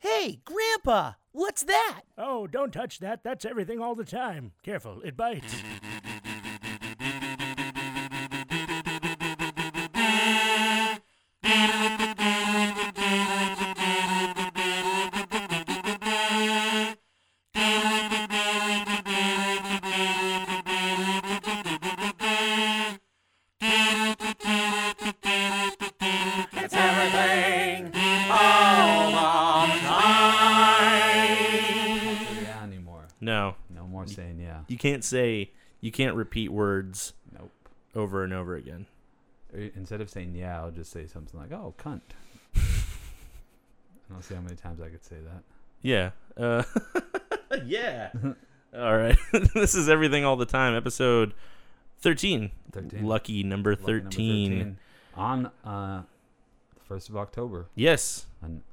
Hey, Grandpa, what's that? Oh, don't touch that. That's everything all the time. Careful, it bites. It's everything all the time. Yeah anymore. No, No more saying yeah. you can't say you can't repeat words Nope. over and over again. Or Instead of saying yeah, I'll just say something like, "Oh, cunt." I don't see how many times I could say that. Yeah. Uh, yeah. all right. this is everything all the time. Episode thirteen. 13. Lucky number Lucky number thirteen. on uh, the first of October. Yes. Un-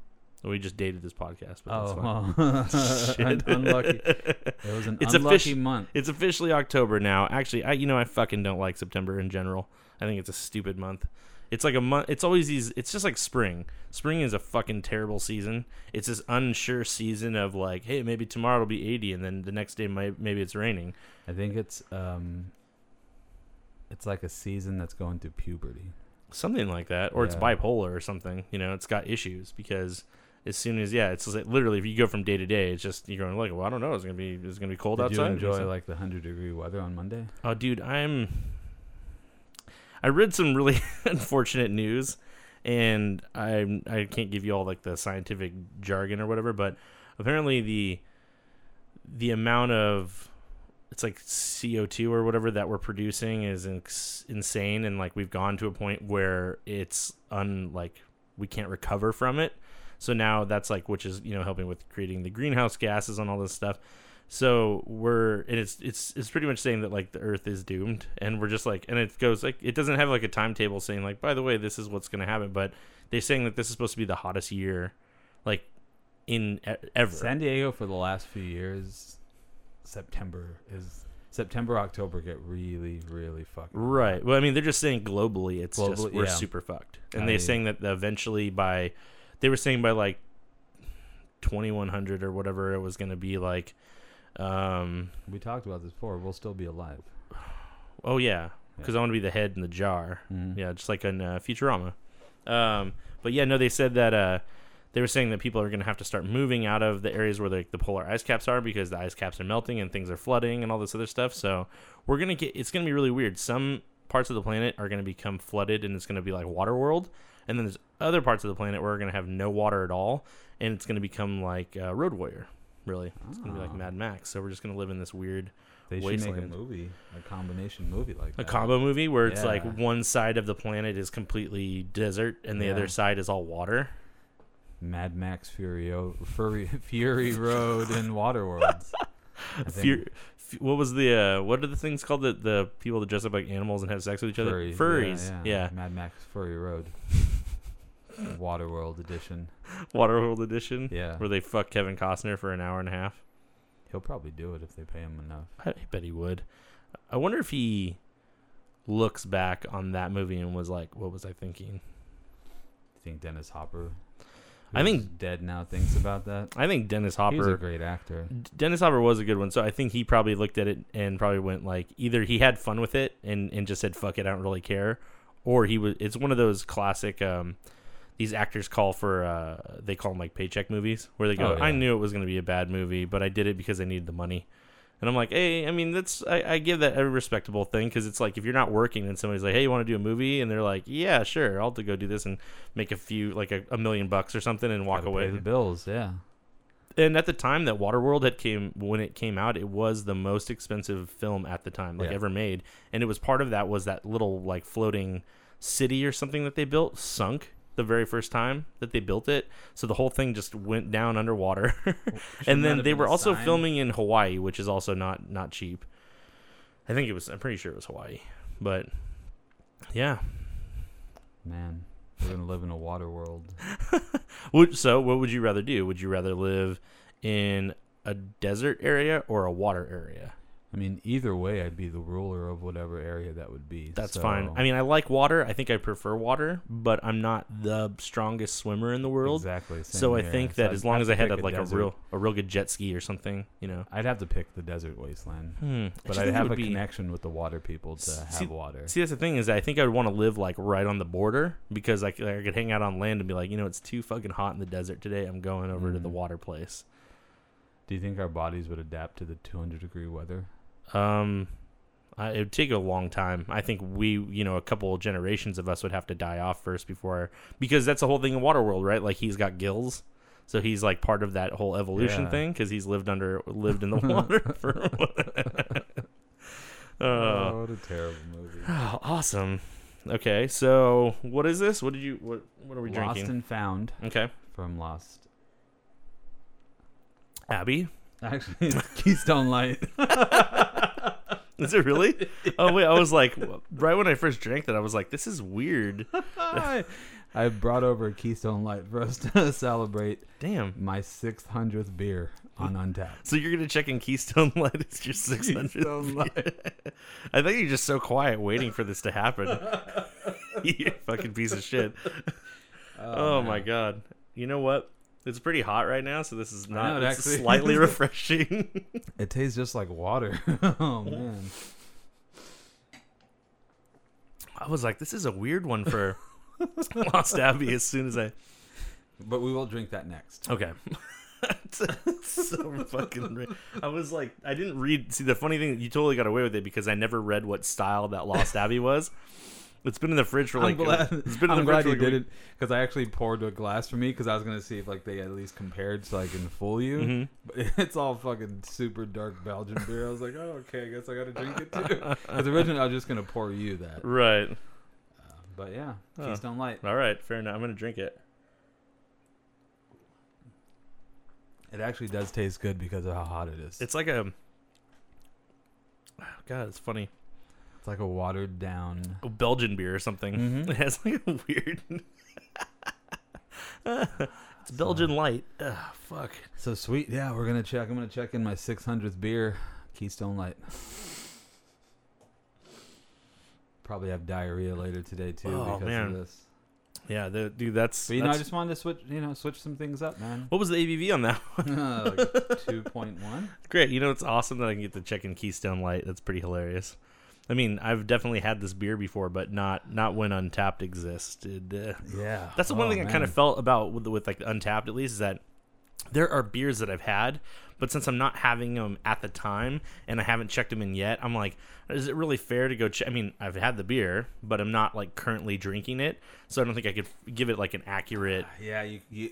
We just dated this podcast, but that's fine. oh, un- unlucky. It was an It's unlucky offici- month. It's officially October now. Actually, I you know I fucking don't like September in general. I think it's a stupid month. It's like a month. It's always these. It's just like spring. Spring is a fucking terrible season. It's this unsure season of like, hey, maybe tomorrow it'll be eighty, and then the next day might, maybe it's raining. I think it's um, it's like a season that's going through puberty. something like that or it's Yeah. bipolar or something you know it's got issues because as soon as yeah it's like literally if you go from day to day it's just you're going like well i don't know it's gonna be it's gonna be cold Did outside you enjoy It's like the hundred degree weather on Monday? oh dude i'm i read some really unfortunate news and i'm i can't give you all like the scientific jargon or whatever but apparently the the amount of it's like CO2 or whatever that we're producing is ins- insane and like we've gone to a point where it's un like we can't recover from it. So now that's like which is, you know, helping with creating the greenhouse gases and all this stuff. So we're and it's it's it's pretty much saying that like the earth is doomed and we're just like and it goes like it doesn't have like a timetable saying like by the way this is what's going to happen but they're saying that this is supposed to be the hottest year like in e- ever. San Diego for the last few years, September is September October get really really fucking. Right. Well, I mean, they're just saying globally, it's Globally, just we're yeah. super fucked, and I- they're saying that eventually by, they were saying by like, twenty one hundred or whatever it was going to be like, um, We talked about this before. We'll still be alive. oh yeah, because I want to be the head in the jar. Mm-hmm. Yeah, just like in uh, Futurama. Um, but yeah, no, they said that uh, they were saying that people are going to have to start moving out of the areas where like the polar ice caps are because the ice caps are melting and things are flooding and all this other stuff. So we're gonna get it's gonna be really weird. Some parts of the planet are gonna become flooded and it's gonna be like water world, and then there's other parts of the planet where we're gonna have no water at all, and it's gonna become like uh, Road Warrior. Really, it's gonna be like Mad Max. So we're just gonna live in this weird. Ah. They should wasteland make a movie, a combination movie like a that. combo movie where it's like Yeah. one side of the planet is completely desert and the Yeah. other side is all water. Mad Max Furio, Fury, Fury Road and Waterworld. I think Fear, f- what was the uh, what are the things called that the people that dress up like animals and have sex with each other? Furry, Furries, yeah, Mad Max Fury Road, Waterworld edition. Waterworld edition, Yeah. where they fuck Kevin Costner for an hour and a half. He'll probably do it if they pay him enough. I bet he would. I wonder if he looks back on that movie and was like, "What was I thinking?" You think Dennis Hopper? I who's think- dead now thinks about that. I think Dennis He was a Hopper great actor. Dennis Hopper was a good one, so I think he probably looked at it and probably went like either he had fun with it and, and just said fuck it, I don't really care, or he was. It's one of those classic. Um, these actors call for uh, they call them like paycheck movies where they go. Oh, yeah. I knew it was going to be a bad movie, but I did it because I needed the money. And I'm like, hey, I mean, that's I, I give that a respectable thing because it's like if you're not working and somebody's like, hey, you want to do a movie, and they're like, yeah, sure, I'll go do this and make a few like a, a million bucks or something and walk Gotta away Pay the bills, yeah. and at the time that Waterworld had came when it came out, it was the most expensive film at the time, like Yeah. ever made. And it was part of that was that little like floating city or something that they built sunk the very first time that they built it. So the whole thing just went down underwater. and that then have they been were a also sign? filming in Hawaii, which is also not not cheap. I think it was. I'm pretty sure it was Hawaii, but yeah. Man, we're gonna live in a water world. Would, so what would you rather do? Would you rather live in a desert area or a water area? I mean, either way, I'd be the ruler of whatever area that would be. That's so- fine. I mean, I like water. I think I prefer water, but I'm not the strongest swimmer in the world. exactly. same So I here. think So that I'd as long have as to I had a, pick like a desert. real a real good jet ski or something, you know. I'd have to pick the desert wasteland, Hmm. but Actually, I I'd think it have would a be- connection with the water people to have See- water. See, that's the thing is, I think I would want to live like right on the border because I could, I could hang out on land and be like, you know, it's too fucking hot in the desert today. I'm going over to the Mhm. water place. Do you think our bodies would adapt to the 200 degree weather? Um, I, it would take a long time. I think we, you know, a couple of generations of us would have to die off first before, because that's the whole thing in Waterworld, right? Like he's got gills, so he's like part of that whole evolution Yeah. thing because he's lived under, lived in the water for. Uh, Oh, what a terrible movie! oh, awesome. Okay, so what is this? What did you? What What are we Lost drinking? Mm. and Found okay, from Lost. Abby. Actually, it's Keystone Light. Is it really? Oh wait, I was like, w- right when I first drank that, I was like, this is weird. I I brought over a Keystone Light for us to celebrate Damn. my 600th beer on Untapped. So you're gonna check in Keystone Light? It's your 600. Keystone Light. I think you're just so quiet waiting for this to happen. you fucking piece of shit. Oh, my god. You know what? It's pretty hot right now, so this is not know, it this is actually- slightly refreshing. It tastes just like water. oh man. I was like, this is a weird one for Lost Abbey as soon as I But we will drink that next. Okay. so fucking. Ra- I was like, I didn't read. See, the funny thing, you totally got away with it because I never read what style that Lost Abbey was. It's been in the fridge for like. I'm glad, It's been I'm in the glad fridge you for like a did week. it because I actually poured a glass for me because I was gonna see if like they at least compared so I can fool you. Mm-hmm. But it's all fucking super dark Belgian beer. I was like, oh okay, I guess I gotta drink it too. Because originally I was just gonna pour you that. Right. But yeah, Keystone Light. All right. Fair enough. I'm gonna drink it. It actually does taste good because of how hot it is. It's like a. Oh, God, it's funny. It's like a watered down. A Belgian beer or something. Mm-hmm. It has like a weird. it's Belgian light. Ugh, fuck. So sweet. Yeah, we're gonna check. I'm gonna check in my 600th beer, Keystone Light. Probably have diarrhea later today too Oh, because man. of this. Yeah, the, dude, that's. But you know, I that's- just wanted to switch. You know, switch some things up, man. what was the ABV on that one? Uh, like Two point one. Great. You know, it's awesome that I can get to check in Keystone Light. That's pretty hilarious. I mean, I've definitely had this beer before, but not not when Untapped existed. Uh, Yeah. that's the one Oh, thing I kind man. of felt about with, with like Untapped, at least, is that there are beers that I've had, but since I'm not having them at the time and I haven't checked them in yet, I'm like, is it really fair to go check? I mean, I've had the beer, but I'm not like currently drinking it, so I don't think I could give it like an accurate. Yeah. You. you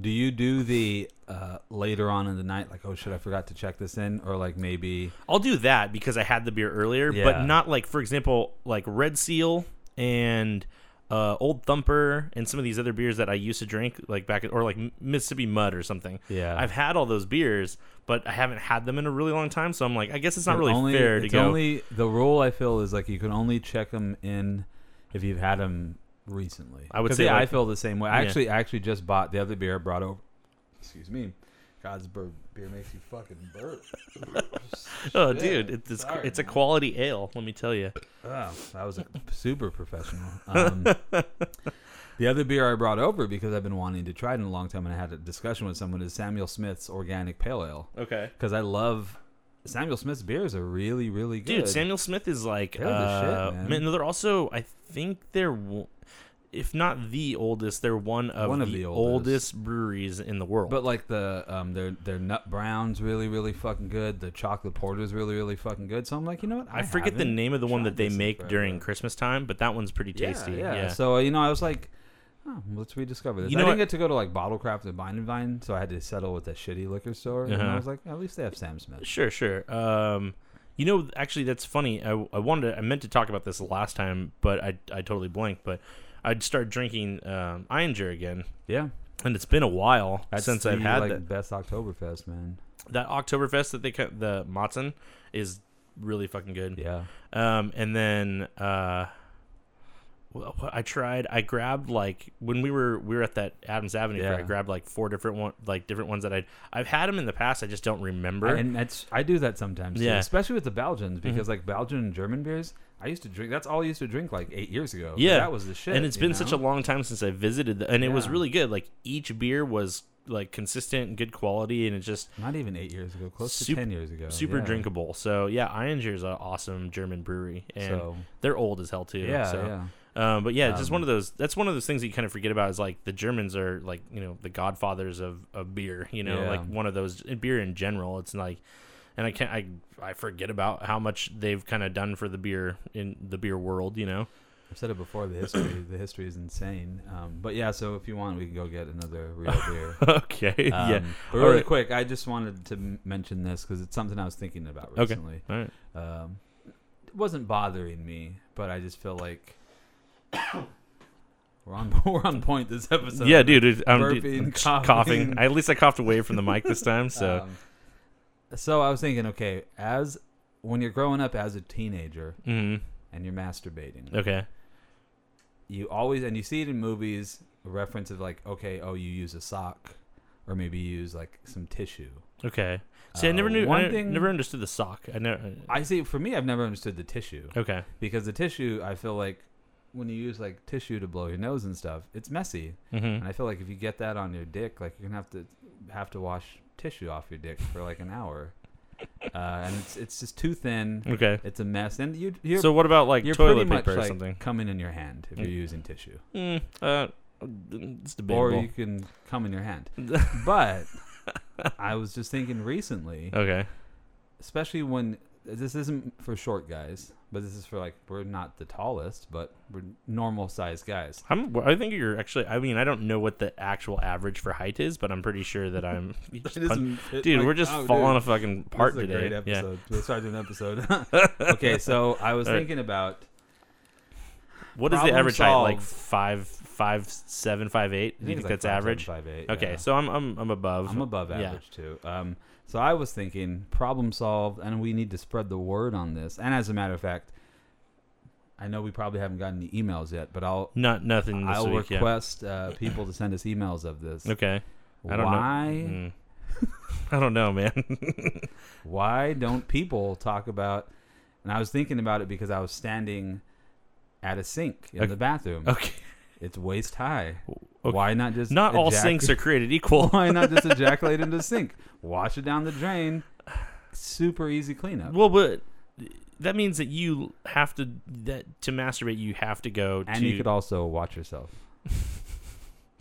do you do the uh, later on in the night, like, oh shit, I forgot to check this in, or like maybe I'll do that because I had the beer earlier, but Yeah. not like, for example, like Red Seal and uh, Old Thumper and some of these other beers that I used to drink, like back at, or like M- Mississippi Mud or something. Yeah. I've had all those beers, but I haven't had them in a really long time. So I'm like, I guess it's not It really only, fair to it's go. Only the rule I feel is like you can only check them in if you've had them recently. I would 'Cause, say, yeah, I like- feel the same way. I Yeah. actually I actually just bought the other beer I brought over. Excuse me. God's bur- beer makes you fucking burp. oh, Shit. dude, it's it's, Sorry, it's a man. quality ale. Let me tell you. Oh, that was super professional. Um, the other beer I brought over because I've been wanting to try it in a long time, and I had a discussion with someone is Samuel Smith's Organic Pale Ale Okay. because I love Samuel Smith's beers are really really good. Dude, Samuel Smith is like, They're the shit, uh, man. man, they're also, I think they're, w- if not the oldest, they're one of, One the, of the oldest. oldest. breweries in the world. But like the um, their their nut browns really really fucking good. The chocolate porter's really really fucking good. So I'm like, you know what? I, forget the haven't name of the one tried that they this in make forever. during Christmas time, but that one's pretty Yeah, tasty. Yeah, Yeah. So you know, I was like, oh, let's rediscover this. You I know didn't what- get to go to like Bottlecraft and Vine and Vine, so I had to settle with that shitty liquor store. And Uh-huh. I was like, at least they have Sam Smith. Sure, sure. Um, you know, actually, that's funny. I, I wanted, to, I meant to talk about this last time, but I, I totally blanked. But I'd start drinking um, Ironger again, Yeah, and it's been a while That's since I've the, had like that. best Oktoberfest, man. That Oktoberfest that they cut, the Matzen is really fucking good. Yeah, Um, and then uh, wh- wh- I tried. I grabbed like when we were we were at that Adams Avenue. fair, I Yeah. grabbed like four different one like different ones that I I've had them in the past. I just don't remember. And that's I do that sometimes, Yeah. Mm-hmm. too, especially with the Belgians because like Belgian and German beers, I used to drink. That's all I used to drink like eight years ago. yeah, that was the shit. And it's you been such a know? long time since I visited, the, and it was Yeah. really good. Like each beer was like consistent and good quality, and it just not even eight years ago, close Sup- to ten years ago. super yeah. drinkable. So yeah, Eininger is an awesome German brewery, and So- they're old as hell too. Yeah, so. yeah. Um, but yeah, it's just one of those. That's one of those things that you kind of forget about. Is like the Germans are like you know the godfathers of, of beer. You know, Yeah. like one of those and beer in general. It's like, and I can't I I forget about how much they've kind of done for the beer in the beer world. You know, I've said it before. The history, the history is insane. Um, but yeah, so if you want, we can go get another real beer. okay, Um, yeah, But All really right. quick, I just wanted to m- mention this because it's something I was thinking about Okay. recently. all right, Um, it wasn't bothering me, but I just feel like we're on we're on point this episode. yeah, dude, dude, I'm, dude, burping, I'm ch- coughing. coughing. I, at least I coughed away from the mic this time. So Um, so I was thinking, okay, as when you're growing up as a teenager mhm. and you're masturbating, okay, you always and you see it in movies a reference of like okay oh you use a sock or maybe you use like some tissue okay. See, I Uh, never knew. one I ne- thing- never understood the sock. I never. i see for me i've never understood the tissue Okay. because the tissue i feel like when you use like tissue to blow your nose and stuff it's messy Mm-hmm. and i feel like if you get that on your dick like you're gonna have to have to wash tissue off your dick for like an hour uh, and it's it's just too thin Okay. it's a mess and you you're, so what about like you're toilet pretty paper much or like something? coming in your hand if you're Mm. using tissue Mm, uh, it's or debatable. you can come in your hand But I was just thinking recently, okay. especially when this isn't for short guys, but this is for like we're not the tallest, but we're normal sized guys. I'm, well, I think you're actually. I mean, I don't know what the actual average for height is, but I'm pretty sure that I'm. you just pun- oh, dude, we're just falling a fucking part oh, this is a today. Great yeah. episode. Let's start doing an episode. okay, so I was All right. thinking about What is the Problem average height? Like solved. five, five, seven, five, eight. Do you think it's like that's five, seven, average? five, eight, okay, yeah. so I'm I'm I'm above. I'm above yeah. average too. Um, so I was thinking, problem solved, and we need to spread the word on this. And as a matter of fact, I know we probably haven't gotten the emails yet, but I'll Not nothing this I'll week. request uh, people to send us emails of this. yeah. Okay. I don't why know. Mm. I don't know, man. why don't people talk about? And I was thinking about it because I was standing at a sink in Okay. the bathroom. okay. It's waist high. okay. Why not just Not all ejac- sinks are created equal. Why not just ejaculate into the sink? Wash it down the drain. Super easy cleanup. Well, but that means that you have to that to masturbate. You have to go and to. you could also watch yourself.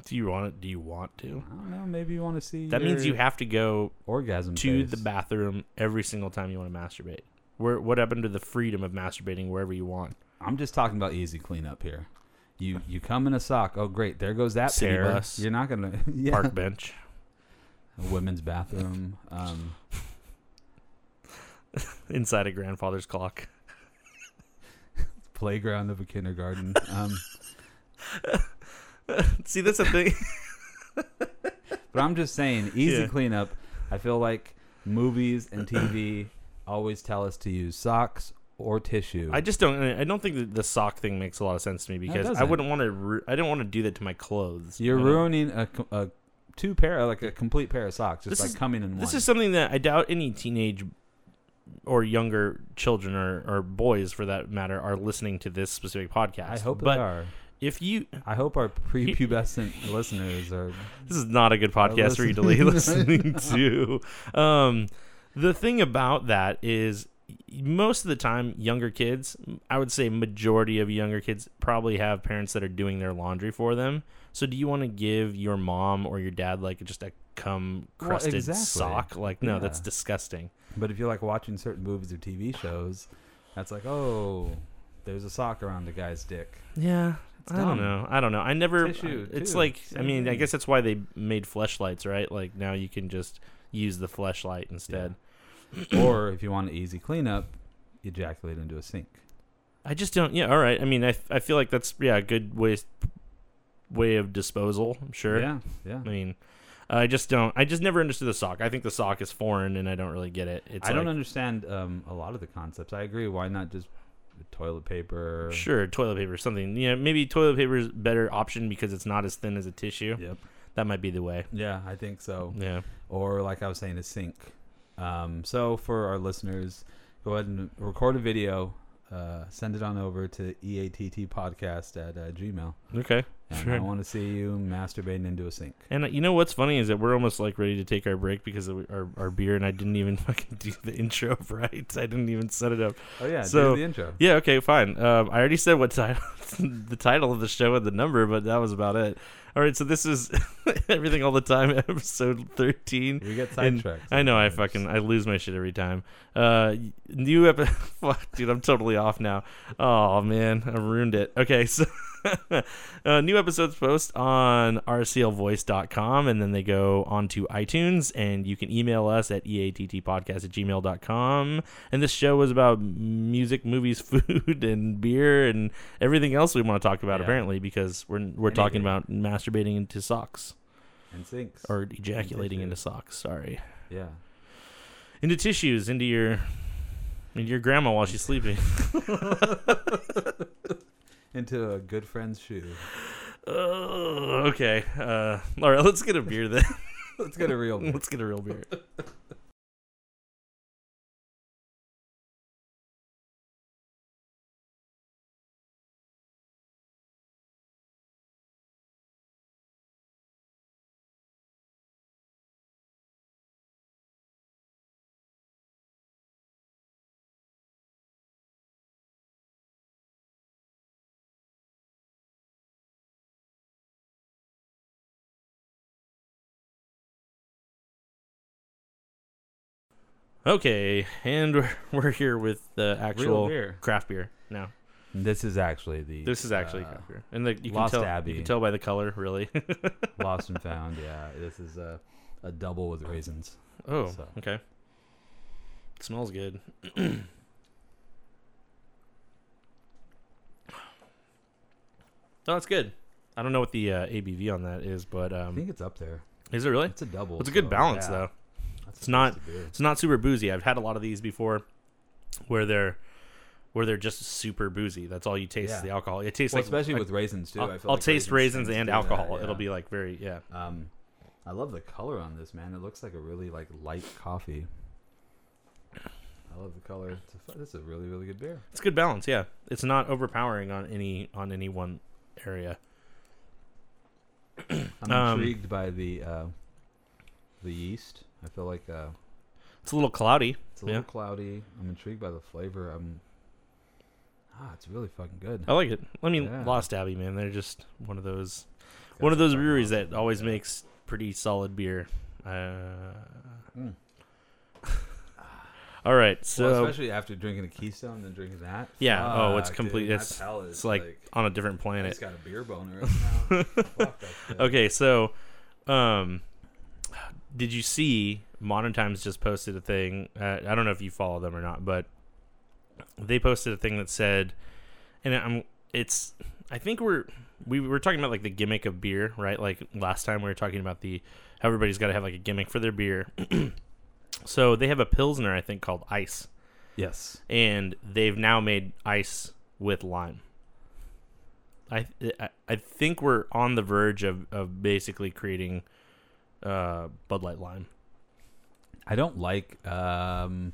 do you want it? Do you want to? I don't know. Maybe you want to see. That means you your have to go orgasm to face. the bathroom every single time you want to masturbate. Where what happened to the freedom of masturbating wherever you want? I'm just talking about easy cleanup here. You you come in a sock. Oh great, there goes that City pair. bus. You're not gonna yeah. Park bench. A women's bathroom. Um, Inside a grandfather's clock. playground of a kindergarten. Um, See, that's a thing. but I'm just saying, easy Yeah. cleanup. I feel like movies and TV always tell us to use socks or tissue. I just don't. I don't think that the sock thing makes a lot of sense to me because I doesn't. wouldn't want to. Ru- I don't want to do that to my clothes. You're I don't- ruining a, co- a two pair, like a complete pair of socks, just This by is- coming in one. This is something that I doubt any teenage or younger children or, or boys, for that matter, are listening to this specific podcast. I hope but they are. if you, I hope our prepubescent listeners are. this is not a good podcast for you to be listening to. Um, the thing about that is, most of the time, younger kids, I would say majority of younger kids, probably have parents that are doing their laundry for them. So, do you want to give your mom or your dad like just a cum Well, crusted exactly. sock? Like, no, Yeah. that's disgusting. But if you're like watching certain movies or TV shows, that's like, oh, there's a sock around a guy's dick. Yeah. I don't dumb. know. I don't know. I never. uh, Tissue, it's too. like I Same mean, I thing. guess that's why they made fleshlights, right? Like now you can just use the fleshlight instead. or if you want an easy cleanup, ejaculate into a sink. I just don't. Yeah. All right. I mean, I, I feel like that's yeah a good way way of disposal. I'm sure. Yeah, yeah. I mean, I just don't. I just never understood the sock. I think the sock is foreign, and I don't really get it. It's I don't like- understand um, a lot of the concepts. I agree. Why not just toilet paper. Sure, toilet paper, something. You know, maybe toilet paper is better option because it's not as thin as a tissue. Yep. That might be the way. Yeah, I think so. Yeah. Or like I was saying, a sink. Um, so for our listeners, go ahead and record a video. Uh, send it on over to E eatt podcast at uh, gmail. Okay. And Sure. I want to see you masturbating into a sink. And uh, you know what's funny is that we're almost like ready to take our break because of our, our beer, and I didn't even fucking do the intro right. I didn't even set it up. Oh yeah, So- do the intro. Yeah, okay, fine. Um, I already said what title, the title of the show and the number, but that was about it. All right, so this is everything all the time, episode thirteen. We get And sidetracked. I know I sometimes. fucking I lose my shit every time. Uh, new episode. Fuck, dude, I'm totally off now. Oh man, I ruined it. Okay, so uh, new episodes post on rclvoice.com, and then they go onto iTunes, and you can email us at E eattpodcast at gmail.com. And this show was about music, movies, food, and beer, and everything else we want to talk about. Yeah. Apparently, because we're we're talking Anything. about masturbating into socks and sinks. or ejaculating into Dishes. socks. Sorry yeah. into tissues into your into your grandma while she's sleeping. Into a good friend's shoe. Ugh, okay, uh, all right, let's get a beer then. Let's get a real. let's get a real beer. Okay, and we're, we're here with the actual beer. craft beer now. This is actually the. This is actually uh, craft beer, and like you Lost can tell Abbey. you can tell by the color, really. lost and found. Yeah, this is a a double with raisins. oh, So. okay. smells good. oh, it's good. I don't know what the uh, ABV on that is, but I um, think it's up there. is it really? It's a double. It's a good so, balance, yeah, though. that's It's not- supposed to be. It's not super boozy. I've had a lot of these before, where they're where they're just super boozy. That's all you taste is Yeah. the alcohol. It tastes Well, like especially like- with raisins too. I'll, I feel I'll like taste raisins, tends and to do that, alcohol. yeah. It'll be like very yeah. Um, I love the color on this man. It looks like a really like light coffee. I love the color. It's a, fu- this is a really really good beer. It's good balance. Yeah, it's not overpowering on any on any one area. I'm Um, intrigued by the uh, the yeast. I feel like uh, It's a little cloudy. it's a little Yeah. cloudy. I'm intrigued by the flavor. I'm ah, it's really fucking good. I like it. I mean, Yeah. Lost Abbey, man. They're just one of those Got one of some those fucking breweries awesome- that always yeah. makes pretty solid beer. Uh, Mm. all right, well, so especially after drinking a Keystone and then drinking that. Yeah, oh, it's Fuck, complete- my it's- palate it's is, like, on a different I planet. just got a beer boner. right now. Fuck, that's good. Okay, so um did you see Modern Times just posted a thing? Uh, I don't know if you follow them or not, but they posted a thing that said and I'm it's I think we're we were talking about like the gimmick of beer, right? Like last time we were talking about the how everybody's got to have like a gimmick for their beer. so they have a pilsner I think called Ice Yes. and they've now made ice with lime. I I, I think we're on the verge of, of basically creating uh, Bud Light lime. I don't like um,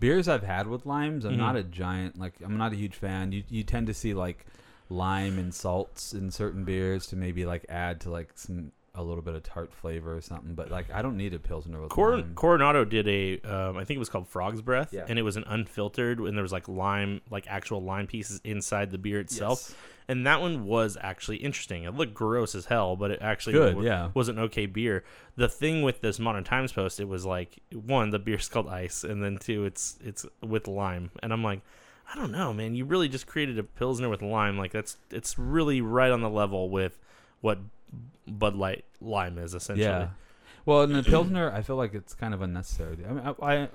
beers I've had with limes. I'm Mhm. not a giant like I'm not a huge fan. You you tend to see like lime and salts in certain beers to maybe like add to like some a little bit of tart flavor or something. But like I don't need a pilsner with Cor- lime. Coronado did a um, I think it was called Frog's Breath, Yeah. and it was an unfiltered, and there was like lime, like actual lime pieces inside the beer itself. Yes. And that one was actually interesting. It looked gross as hell, but it actually Good, wa- yeah. was an okay beer. The thing with this Modern Times post, it was like one, the beer's called Ice, and then two, it's it's with lime. And I'm like, I don't know, man. You really just created a pilsner with lime. Like that's it's really right on the level with what Bud Light lime is essentially. Yeah. Well, in the pilsner, I feel like it's kind of unnecessary. I mean, I. I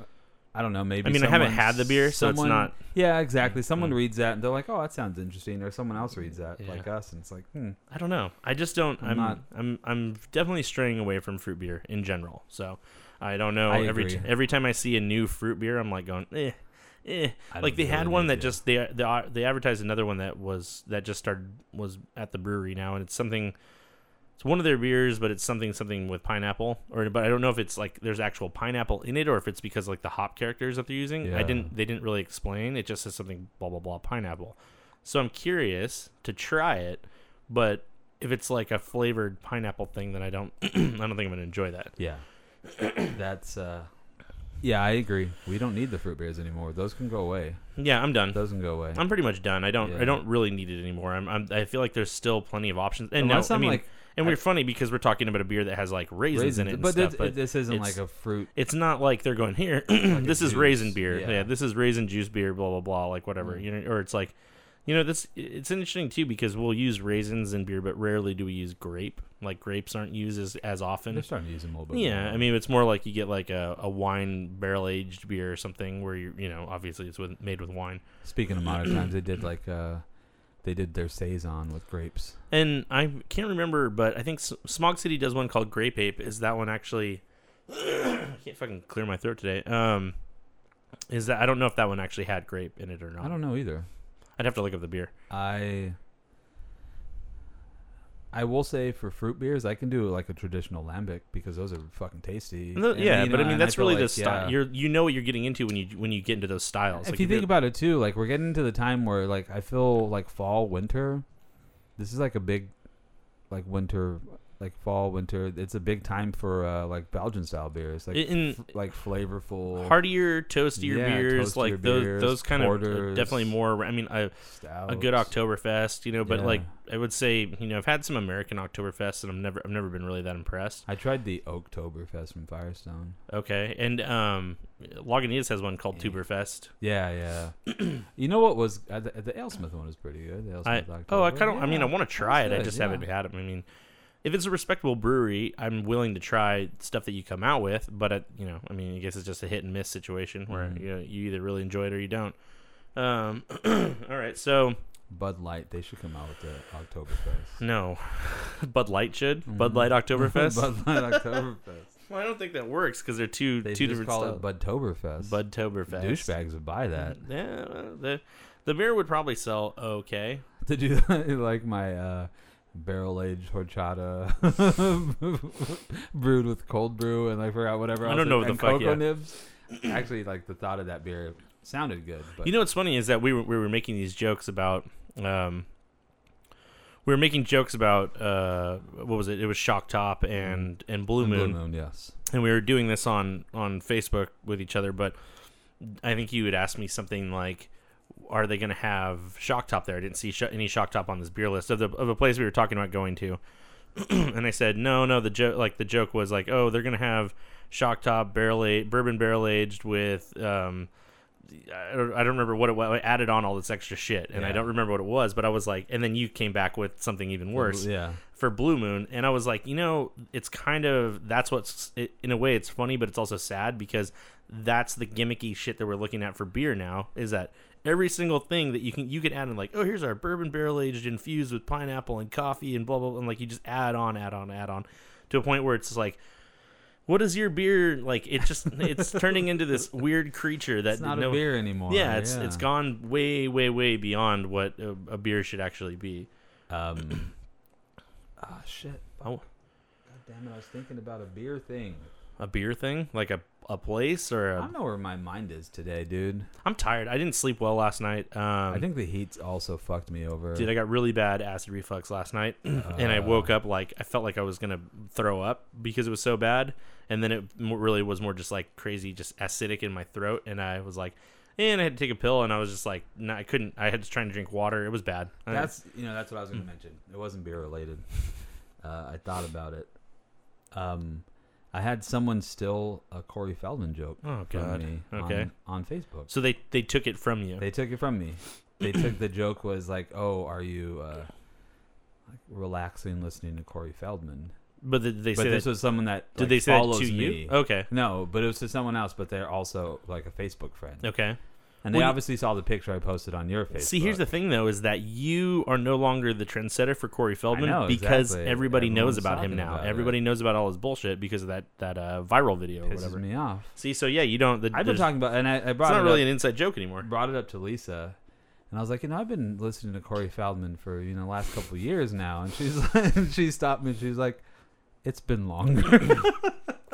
I don't know. Maybe I mean, I haven't someone- had the beer, so it's someone- not- Mm. Yeah, exactly. Someone reads that and they're like, "Oh, that sounds interesting," or someone else reads that, Yeah. like us, and it's like, "Hmm, I don't know. I just don't. I'm, I'm I'm not- I'm definitely straying away from fruit beer in general. So I don't know. I every agree. every time I see a new fruit beer, I'm like going, eh. eh. I like don't they had really one need that to. just they they they advertised another one that was that just started was at the brewery now, and it's something. It's one of their beers, but it's something something with pineapple, or but I don't know if it's like there's actual pineapple in it, or if it's because like the hop characters that they're using. I Yeah. didn't they didn't really explain. It just says something blah blah blah pineapple. So I'm curious to try it, but if it's like a flavored pineapple thing, then I don't I don't think I'm gonna enjoy that. Yeah. That's uh Yeah, I agree. We don't need the fruit beers anymore. Those can go away. Yeah, I'm done. Those can go away. I'm pretty much done. I don't. I Yeah. don't really need it anymore. I'm, I'm. I feel like there's still plenty of options. And Unless now, i I'm mean, like- and we're funny because we're talking about a beer that has like raisins, in it, and but, stuff, this, but this isn't it's- like a fruit. It's not like they're going here. this is juice. raisin beer. Yeah. Yeah. this is raisin juice beer. Blah blah blah. Like whatever. You know, or it's like, you know, this. It's interesting too because we'll use raisins in beer, but rarely do we use grape. Like grapes aren't used as, as often. They're starting to use them a little bit. Yeah, more. I mean, it's more like you get like a, a wine barrel aged beer or something where you are you know obviously it's with, made with wine. Speaking of modern times, they did like uh they did their saison with grapes. And I can't remember, but I think S- Smog City does one called Grape Ape. Is that one actually? I can't fucking clear my throat today. Um, is that I don't know if that one actually had grape in it or not. I don't know either. I'd have to look up the beer. I I will say for fruit beers, I can do like a traditional lambic because those are fucking tasty. No, And, yeah, you but know, I mean and I that's feel really like, the style. yeah. You're you know what you're getting into when you when you get into those styles. if you you're- think about it too, like we're getting into the time where like I feel like fall, winter. This is like a big, like winter, like fall, winter. It's a big time for uh, like Belgian style beers, like In- f- like flavorful heartier, toastier Yeah, beers, like toastier those beers, those kind of porters. definitely more. I mean, I, stouts. a good Oktoberfest, you know. But Yeah. like I would say, you know, I've had some American Oktoberfest, and I'm never I've never been really that impressed. I tried the Oktoberfest from Firestone. Okay, and um, Lagunitas has one called Tuberfest. Yeah, yeah. you know what was uh, the, the AleSmith one was pretty good. The I Alesmith oh, I Oktober. kind of. I mean, I Yeah. want to try it. I good, just yeah. haven't had it. I mean, if it's a respectable brewery, I'm willing to try stuff that you come out with. But at, you know, I mean, I guess it's just a hit and miss situation where Mm-hmm. you know, you either really enjoy it or you don't. Um, all right, so Bud Light. They should come out with the Oktoberfest. no, Bud Light should Bud Light Oktoberfest. Mm-hmm. Bud Light Oktoberfest. well, I don't think that works because they're two They two just different call styles. it Budtoberfest. Bud Mm-hmm. Toberfest. douchebags would buy that. Yeah, well, the the beer would probably sell okay. to do that, like my uh, barrel aged horchata brewed with cold brew and I forgot whatever I else don't know it- what the and fuck, cocoa yeah. nibs. Actually, like the thought of that beer sounded good, but You know what's funny is that we were we were making these jokes about um we were making jokes about uh what was it? It was Shock Top and and Blue Blue Moon, Moon, yes, and we were doing this on on Facebook with each other, but I think you would ask me something like are they going to have Shock Top there? I didn't see sh- any Shock Top on this beer list of the of a place we were talking about going to. and I said, "No, no, the joke like the joke was like, oh, they're going to have Shock Top barrel a- bourbon barrel aged with um I don't, I don't remember what it was. I added on all this extra shit, and I Yeah. don't remember what it was. But I was like, and then you came back with something even worse yeah, for Blue Moon, and I was like, you know, it's kind of that's what's it, in a way it's funny, but it's also sad because that's the gimmicky shit that we're looking at for beer now. Is that every single thing that you can you can add in like, oh, here's our bourbon barrel aged infused with pineapple and coffee and blah blah, blah and like you just add on, add on, add on to a point where it's just like. What is your beer like? It just it's turning into this weird creature that it's not no, a beer anymore. Yeah, it's it's gone way way way beyond what a, a beer should actually be. Um, ah, shit. Oh, God damn it! I was thinking about a beer thing. a beer thing, like a, a place or I a, don't know where my mind is today, dude. I'm tired. I didn't sleep well last night. Um, I think the heat's also fucked me over. dude, I got really bad acid reflux last night, and Uh. I woke up like I felt like I was gonna throw up because it was so bad, and then it mo- really was more just like crazy, just acidic in my throat, and I was like, and I had to take a pill, and I was just like, no, I couldn't. I had to try and drink water. It was bad. I- Hmm. That's you know that's what I was going to mention. It wasn't beer related. Uh, I thought about it. Um, I had someone steal a Corey Feldman joke Oh, from God. me Okay. on, on Facebook. so they they took it from you. They took it from me. They took the joke was like, "Oh, are you uh, like relaxing listening to Corey Feldman?" but did they But say this that? was someone that did like, they say that follows to Oh, me. you? Okay. No, but it was to someone else. But they're also like a Facebook friend. Okay. And they When- obviously saw the picture I posted on your Facebook. See, here's the thing, though, is that you are no longer the trendsetter for Corey Feldman know, because exactly. everybody knows Everyone's about him talking now. about it. everybody knows about all his bullshit because of that that uh, viral video or pisses whatever. me off. See, so yeah, you don't. The, I've been there's- talking about, and I, I It's brought not it really up, an inside joke anymore. brought it up to Lisa, and I was like, you know, I've been listening to Corey Feldman for you know the last couple of years now, and she's like, and she stopped me. She's like, it's been longer.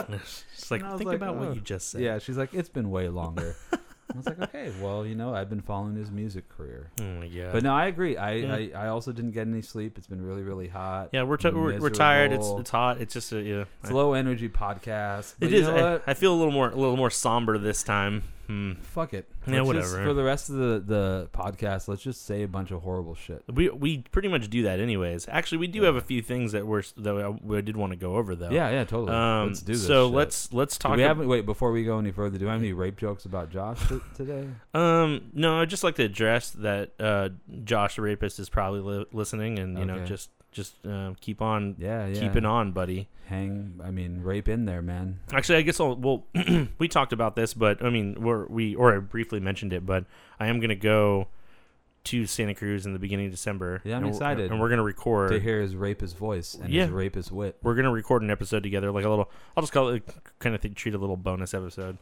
It's like And I was think like, about oh. what you just said. yeah, she's like, it's been way longer. I was like, okay, well, you know, I've been following his music career. Oh my god. But no, I agree. I, Yeah. I, I also didn't get any sleep. It's been really, really hot. yeah, we're, t- we're we're tired. It's it's hot. It's just a, yeah. it's low energy podcast. But It you is. eh, know I, what? I feel a little more a little more somber this time. Hmm. Fuck it. Yeah, Let's just- whatever. for the rest of the, the podcast, let's just say a bunch of horrible shit. We we pretty much do that anyways. Actually, we do have a few things that we're that I, we did want to go over though. Yeah, yeah, totally. Um, let's do this. So shit. let's let's Do talk. we ab- haven't wait before we go any further. Do I have any rape jokes about Josh t- today? um. No, I'd just like to address that uh, Josh the rapist is probably li- listening, and you know Okay. just just uh, keep on Yeah, yeah. keeping on, buddy. Hang. I mean, rape in there, man. Actually, I guess I'll, well, we talked about this, but I mean, we're, we or I briefly mentioned it, but I am gonna go to Santa Cruz in the beginning of December. Yeah, I'm and we're- excited. and we're gonna record. To hear his rapist voice and Yeah. his rapist wit. We're gonna record an episode together, like a little. I'll just call it kind of treat a little bonus episode.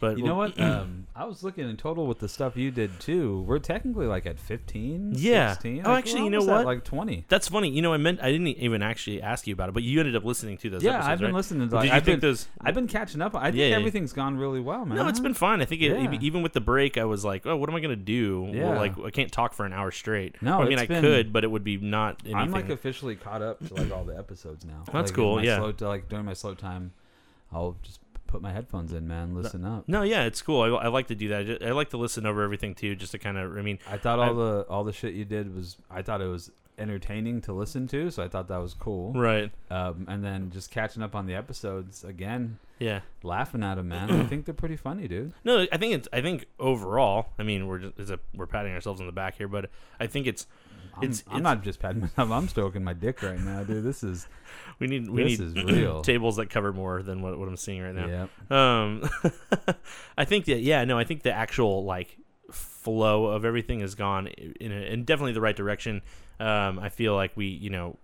But You know what? um, I was looking in total with the stuff you did too. We're technically like at 15, Yeah. 16. Oh, Like, actually, we're you know almost at, what? Like 20. That's funny. You know, I meant I didn't e, even actually ask you about it, but you ended up listening to those. Yeah, episodes, I've been right? listening to like, Did you I've think been, those? I've been catching up. I think Yeah, yeah. everything's gone really well, man. No, it's been fine. I think it, e, Yeah. even with the break, I was like, "Oh, what am I gonna do? Yeah. Well, like, I can't talk for an hour straight. No, I mean, it's I been- could, but it would be not anything. I'm like officially caught up to like all the episodes now. That's Like, cool, my yeah. Slow, like during my slow time, I'll just put my headphones in, man. Listen up. No, yeah, it's cool. I, I like to do that. I, ju- I like to listen over everything too, just to kind of. I mean, I thought all I- the all the shit you did was I thought it was entertaining to listen to, so I thought that was cool. right? Um, and then just catching up on the episodes again, Yeah. laughing at them, man. I think they're pretty funny, dude. No, I think it's. I think overall, I mean, we're just it's a, we're patting ourselves on the back here, but I think it's. I'm, It's, I'm it's- not just patting myself. I'm stroking my dick right now, dude. This is We need we this need is real. tables that cover more than what, what I'm seeing right now. yeah. Um, I think that yeah, no, I think the actual like flow of everything has gone in, a, in definitely the right direction. Um, I feel like we, you know,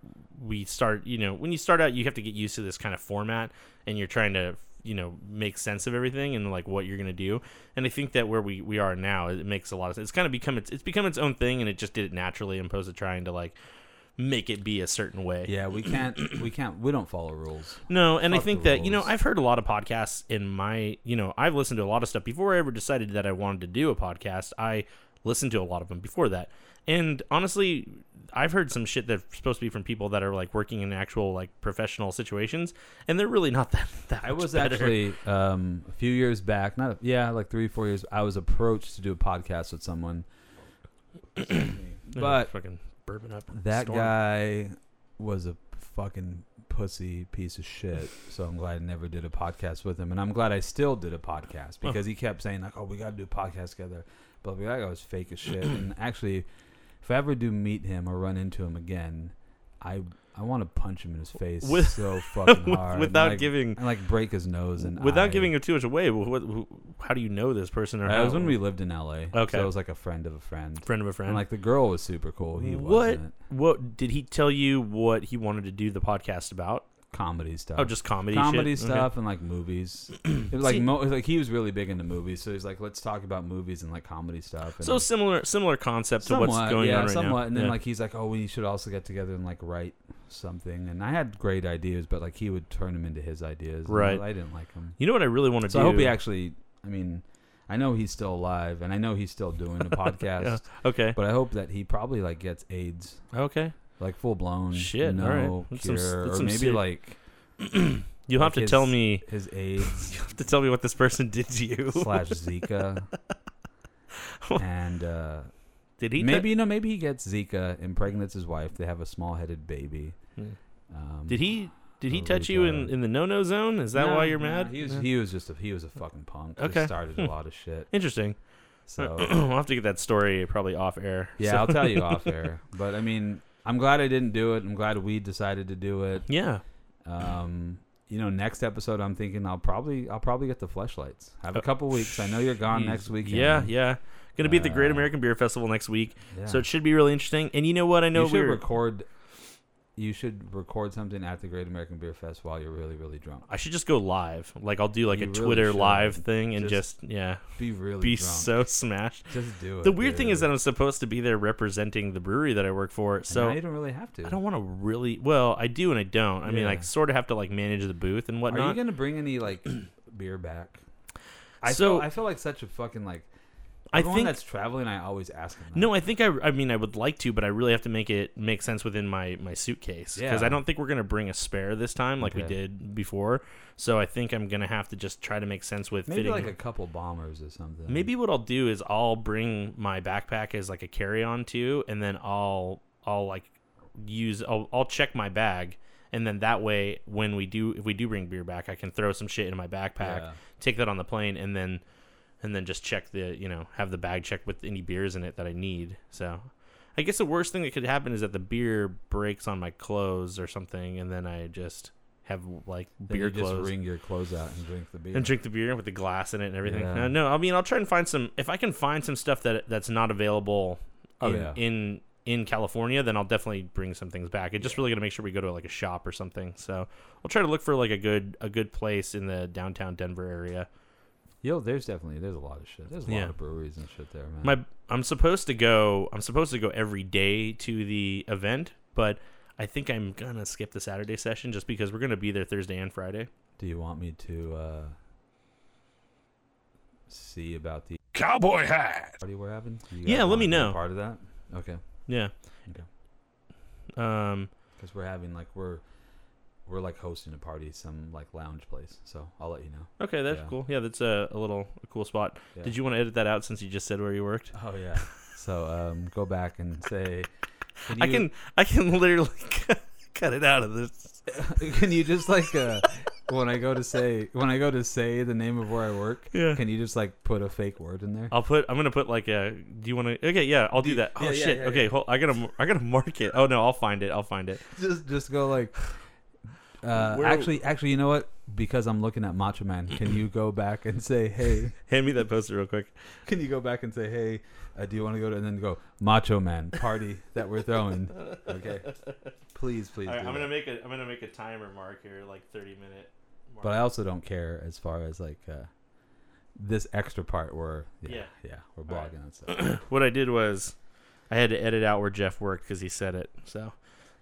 we start, you know, when you start out, you have to get used to this kind of format, and you're trying to, you know, make sense of everything and like what you're gonna do. And I think that where we we are now, it makes a lot of sense. It's kind of become it's, it's become its own thing, and it just did it naturally, and opposed to trying to like make it be a certain way. Yeah, we can't, we can't, we don't follow rules. No, and I Fuck the think that you know rules. I've heard a lot of podcasts in my you know I've listened to a lot of stuff before I ever decided that I wanted to do a podcast. I listened to a lot of them before that, and honestly, I've heard some shit that's supposed to be from people that are like working in actual like professional situations, and they're really not that. that I much was better. actually um, a few years back, not a, yeah, like three, four years. I was approached to do a podcast with someone, Oh, but fucking bourbon up that storm. guy was a fucking pussy piece of shit. So I'm glad I never did a podcast with him, and I'm glad I still did a podcast Well. because he kept saying like, "Oh, we gotta do a podcast together." But that guy was fake as shit. and actually, if I ever do meet him or run into him again, I I want to punch him in his face With- so fucking with- hard and, without like- giving- and like break his nose and without eye. giving it too much away. wh- What, who how do you know this person? Uh, Or how, it was when we lived in LA. Okay. so it was like a friend of a friend. friend of a friend. And like the girl was super cool. He what wasn't. what did he tell you? What he wanted to do the podcast about? Comedy stuff. Oh, just comedy. comedy shit? Okay. stuff and like movies. It was like See- mo- like he was really big into movies, so he's like, let's talk about movies and like comedy stuff. And So similar, similar concept to what's going yeah, on right somewhat. now. And then Yeah. like he's like, oh, we should also get together and like write something. And I had great ideas, but like he would turn them into his ideas. and Right. I didn't like them. you know what I really want to So do. I hope he actually. I mean, I know he's still alive, and I know he's still doing the podcast. Yeah. Okay. But I hope that he probably like gets AIDS. okay. like full blown Shit, No all right. That's some cure, s- that's or some maybe sick- like You'll have Like to his- tell me. his AIDS You have to tell me what this person did to you. slash Zika, and uh, did he? maybe you know maybe he gets Zika, impregnates his wife. They have a small headed baby. Yeah. Um, Hmm. did he? Did he Oh, touch Zika. you in, in the no no zone? Is that no, why you're no, mad? He was Yeah. he was just a he was a fucking punk. Just Okay. Hmm. started a lot of shit. Interesting. So I'll have to get that story probably off air. yeah, So- I'll tell you off air. But I mean, I'm glad I didn't do it. I'm glad we decided to do it. yeah. Um, you know, next episode, I'm thinking I'll probably I'll probably get the fleshlights. Have a couple weeks. I know you're gone next week. Uh, Yeah, yeah. Going to be at the Great Uh, American Beer Festival next week, so it should be really interesting. And you know what? I know you should we're. record. You should record something at the Great American Beer Fest while you're really really drunk. I should just go live. Like I'll do like You a really Twitter should. live thing and Just just, yeah, Be really be drunk. so smashed. Just do it. The weird thing is that dude. I'm supposed to be there representing the brewery that I work for, And so now you don't really have to. I don't want to really. Well, I do and I don't. I mean, Yeah. I sort of have to like manage the booth and Are you whatnot. gonna bring any like beer back? I So- feel, I feel like such a fucking like. I everyone think that's traveling. I always ask them. that. no. I think I. I mean, I would like to, but I really have to make it make sense within my my suitcase because Yeah. I don't think we're gonna bring a spare this time like we Okay. did before. So I think I'm gonna have to just try to make sense with maybe fitting. like a couple bombers or something. Maybe what I'll do is I'll bring my backpack as like a carry-on too, and then I'll I'll like use I'll I'll check my bag, and then that way when we do if we do bring beer back, I can throw some shit in my backpack, Yeah. take that on the plane, and then and then just check the you know have the bag checked with any beers in it that I need. So I guess the worst thing that could happen is that the beer breaks on my clothes or something, and then I just have like Then beer you just clothes wring your clothes out and drink the beer. and drink the beer with the glass in it and everything. Yeah. Uh, no, I mean I'll try and find some. If I can find some stuff that that's not available Oh, in, yeah. in in California, then I'll definitely bring some things back. It's just really gonna make sure we go to like a shop or something. So I'll try to look for like a good a good place in the downtown Denver area. Yo, there's definitely there's a lot of shit. There's a Yeah. lot of breweries and shit there, man. My I'm supposed to go. I'm supposed to go every day to the event, but I think I'm gonna skip the Saturday session just because we're gonna be there Thursday and Friday. Do you want me to uh, see about the Cowboy hat. party we're having? You guys Yeah, let wanna me be a know. Part of that? Okay, Yeah. Okay. Um. because we're having like we're we're like hosting a party at some like lounge place. So I'll let you know. Okay, that's Yeah. cool. Yeah, that's a, a little a cool spot. Yeah. Did you want to edit that out since you just said where you worked? Oh yeah. so um, go back and say. Can I can I can literally cut it out of this. Can you just like uh, when I go to say when I go to say the name of where I work? Yeah. Can you just like put a fake word in there? I'll put I'm gonna put like a. Do you want to? Okay, yeah, I'll do that. Oh yeah, yeah, shit. yeah, okay, hold, I gotta I gotta mark it. Oh no, I'll find it. I'll find it. just just go like uh, Where- actually actually you know what because i'm looking at macho man can you go back and say hey Hand me that poster real quick. can you go back and say hey uh, do you want to go to and then go macho man party that we're throwing okay please please do All right, I'm that. gonna make a I'm gonna make a timer mark here, like 30 minute. Mark. but i also don't care as far as like uh, this extra part where yeah yeah, Yeah. we're All right. blogging and stuff what I did was, I had to edit out where Jeff worked because he said it. So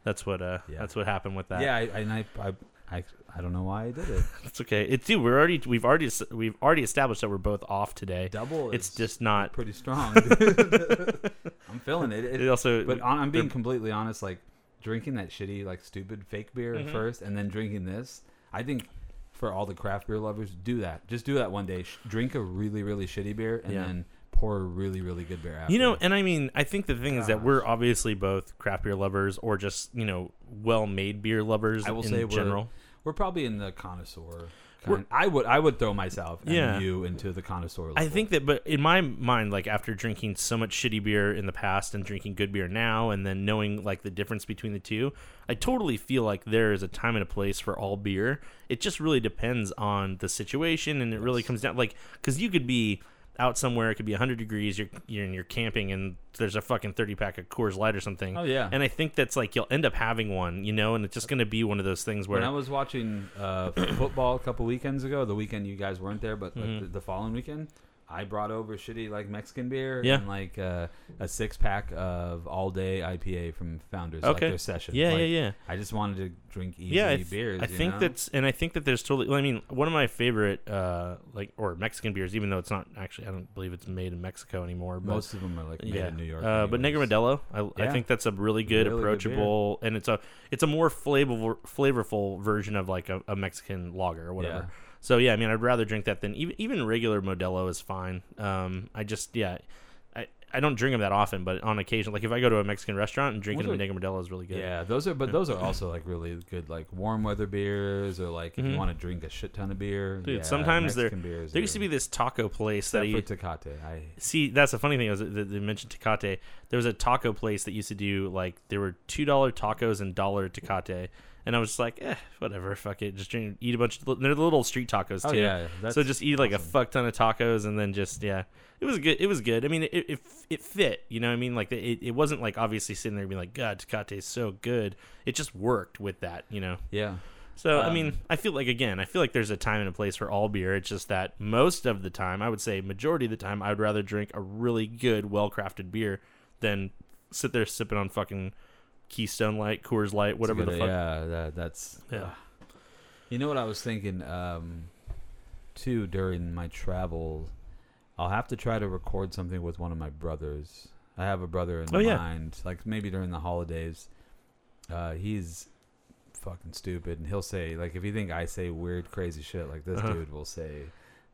that's what uh Yeah. that's what happened with that. yeah I, I, and I, I i i don't know why i did it It's okay. It's dude. We're already we've already we've already established that we're both off today. double It's is just not. pretty strong dude. i'm feeling it, it It also. But on, I'm being completely honest. Like drinking that shitty, like stupid fake beer first, and then drinking this. I think for all the craft beer lovers, do that. Just do that one day. Sh- drink a really, really shitty beer, and Yeah. then pour a really, really good beer after. you know, and I mean, I think the thing is that we're obviously both craft beer lovers, or just you know, well-made beer lovers. I will in say we're general. we're probably in the connoisseur. We're- Kind. I would I would throw myself and Yeah. you into the connoisseur. Level. I think that, but in my mind, like after drinking so much shitty beer in the past and drinking good beer now, and then knowing like the difference between the two, I totally feel like there is a time and a place for all beer. It just really depends on the situation, and it really comes down like because you could be out somewhere, it could be 100 degrees, you're you're, and you're camping, and there's a fucking 30 pack of Coors Light or something. Oh, yeah. and I think that's like you'll end up having one, you know, and it's just gonna be one of those things where When I was watching uh, football a couple weekends ago, the weekend you guys weren't there, but like, Mm-hmm. the, the following weekend, I brought over shitty like Mexican beer Yeah. and like uh, a six pack of all day IPA from Founders, like Okay. their session. Yeah, Like, yeah, yeah. I just wanted to drink easy yeah, I th- beers. I you think know? that's and I think that there's totally. well, I mean, one of my favorite uh like or Mexican beers, even though it's not actually, I don't believe it's made in Mexico anymore. But most of them are like made yeah, in New York. Uh, but anyways. Negra I, I Yeah. think that's a really good, Really good beer. approachable, and it's a it's a more flavorful flavorful version of like a, a Mexican lager or whatever. Yeah. So yeah, I mean, I'd rather drink that than even even regular Modelo is fine. Um, I just yeah. I I don't drink them that often, but on occasion, like if I go to a Mexican restaurant and drinking a Those are- Negra Modelo is really good. Yeah, those are, but those are also like really good, like warm weather beers, or like if you want to drink a shit ton of beer. Mm-hmm. Dude, yeah, sometimes there Mexican beers there used are- to be this taco place that I except for Tecate. I see. That's the funny thing is that they mentioned Tecate. There was a taco place that used to do like there were two dollar tacos and dollar Tecate, And I was just like, eh, whatever, fuck it. Just drink, eat a bunch of, they're the little street tacos too. Oh, yeah, yeah. so That's just eat like a fuck ton of tacos and then just, yeah, it was good. It was good. I mean, it, it, it fit, you know what I mean? Like it, it wasn't like obviously sitting there being like, God, Tecate is so good. It just worked with that, you know? Yeah. So I Um, mean, I feel like again, I feel like there's a time and a place for all beer. It's just that most of the time, I would say majority of the time, I would rather drink a really good, well-crafted beer than sit there sipping on fucking Keystone Light, Coors Light, whatever the Good, fuck. Yeah, that, that's. Yeah. You know what I was thinking, um, too, during my travels? I'll have to try to record something with one of my brothers. I have a brother in Oh, yeah. mind. Like maybe during the holidays. Uh, he's fucking stupid, and he'll say like if you think I say weird, crazy shit, like this Uh-huh. dude will say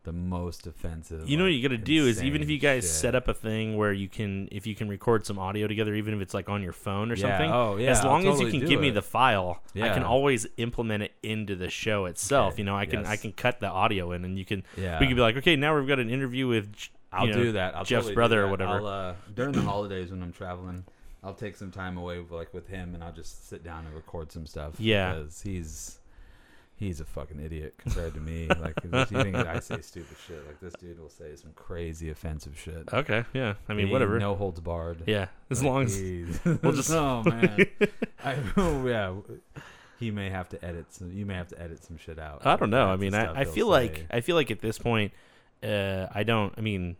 the most offensive. You know what like, you got to do is even if insane you guys shit. set up a thing where you can, if you can record some audio together, even if it's like on your phone or Yeah, something. oh, yeah, As I'll long as totally you can do give me it. the file, I can Yeah. always implement it into the show itself. Okay, You know, I can I yes. can cut the audio in, and you can Yeah. we could be like, okay, now we've got an interview with. J- I'll you know, do that. I'll Jeff's totally do brother or that. whatever. I'll, uh, during the holidays when I'm traveling, I'll take some time away, like with him, and I'll just sit down and record some stuff. Yeah. because he's he's a fucking idiot compared to me. like, if you think I say stupid shit, like this dude will say some crazy offensive shit. Okay, yeah. Uh, I mean, He whatever. No holds barred. Yeah, as Like, long as he's- we'll just- oh man, I, oh, yeah. He may have to edit some. You may have to edit some shit out. I don't know. I That's the mean, I, stuff I he'll feel like say. I feel like at this point, uh, I don't. I mean,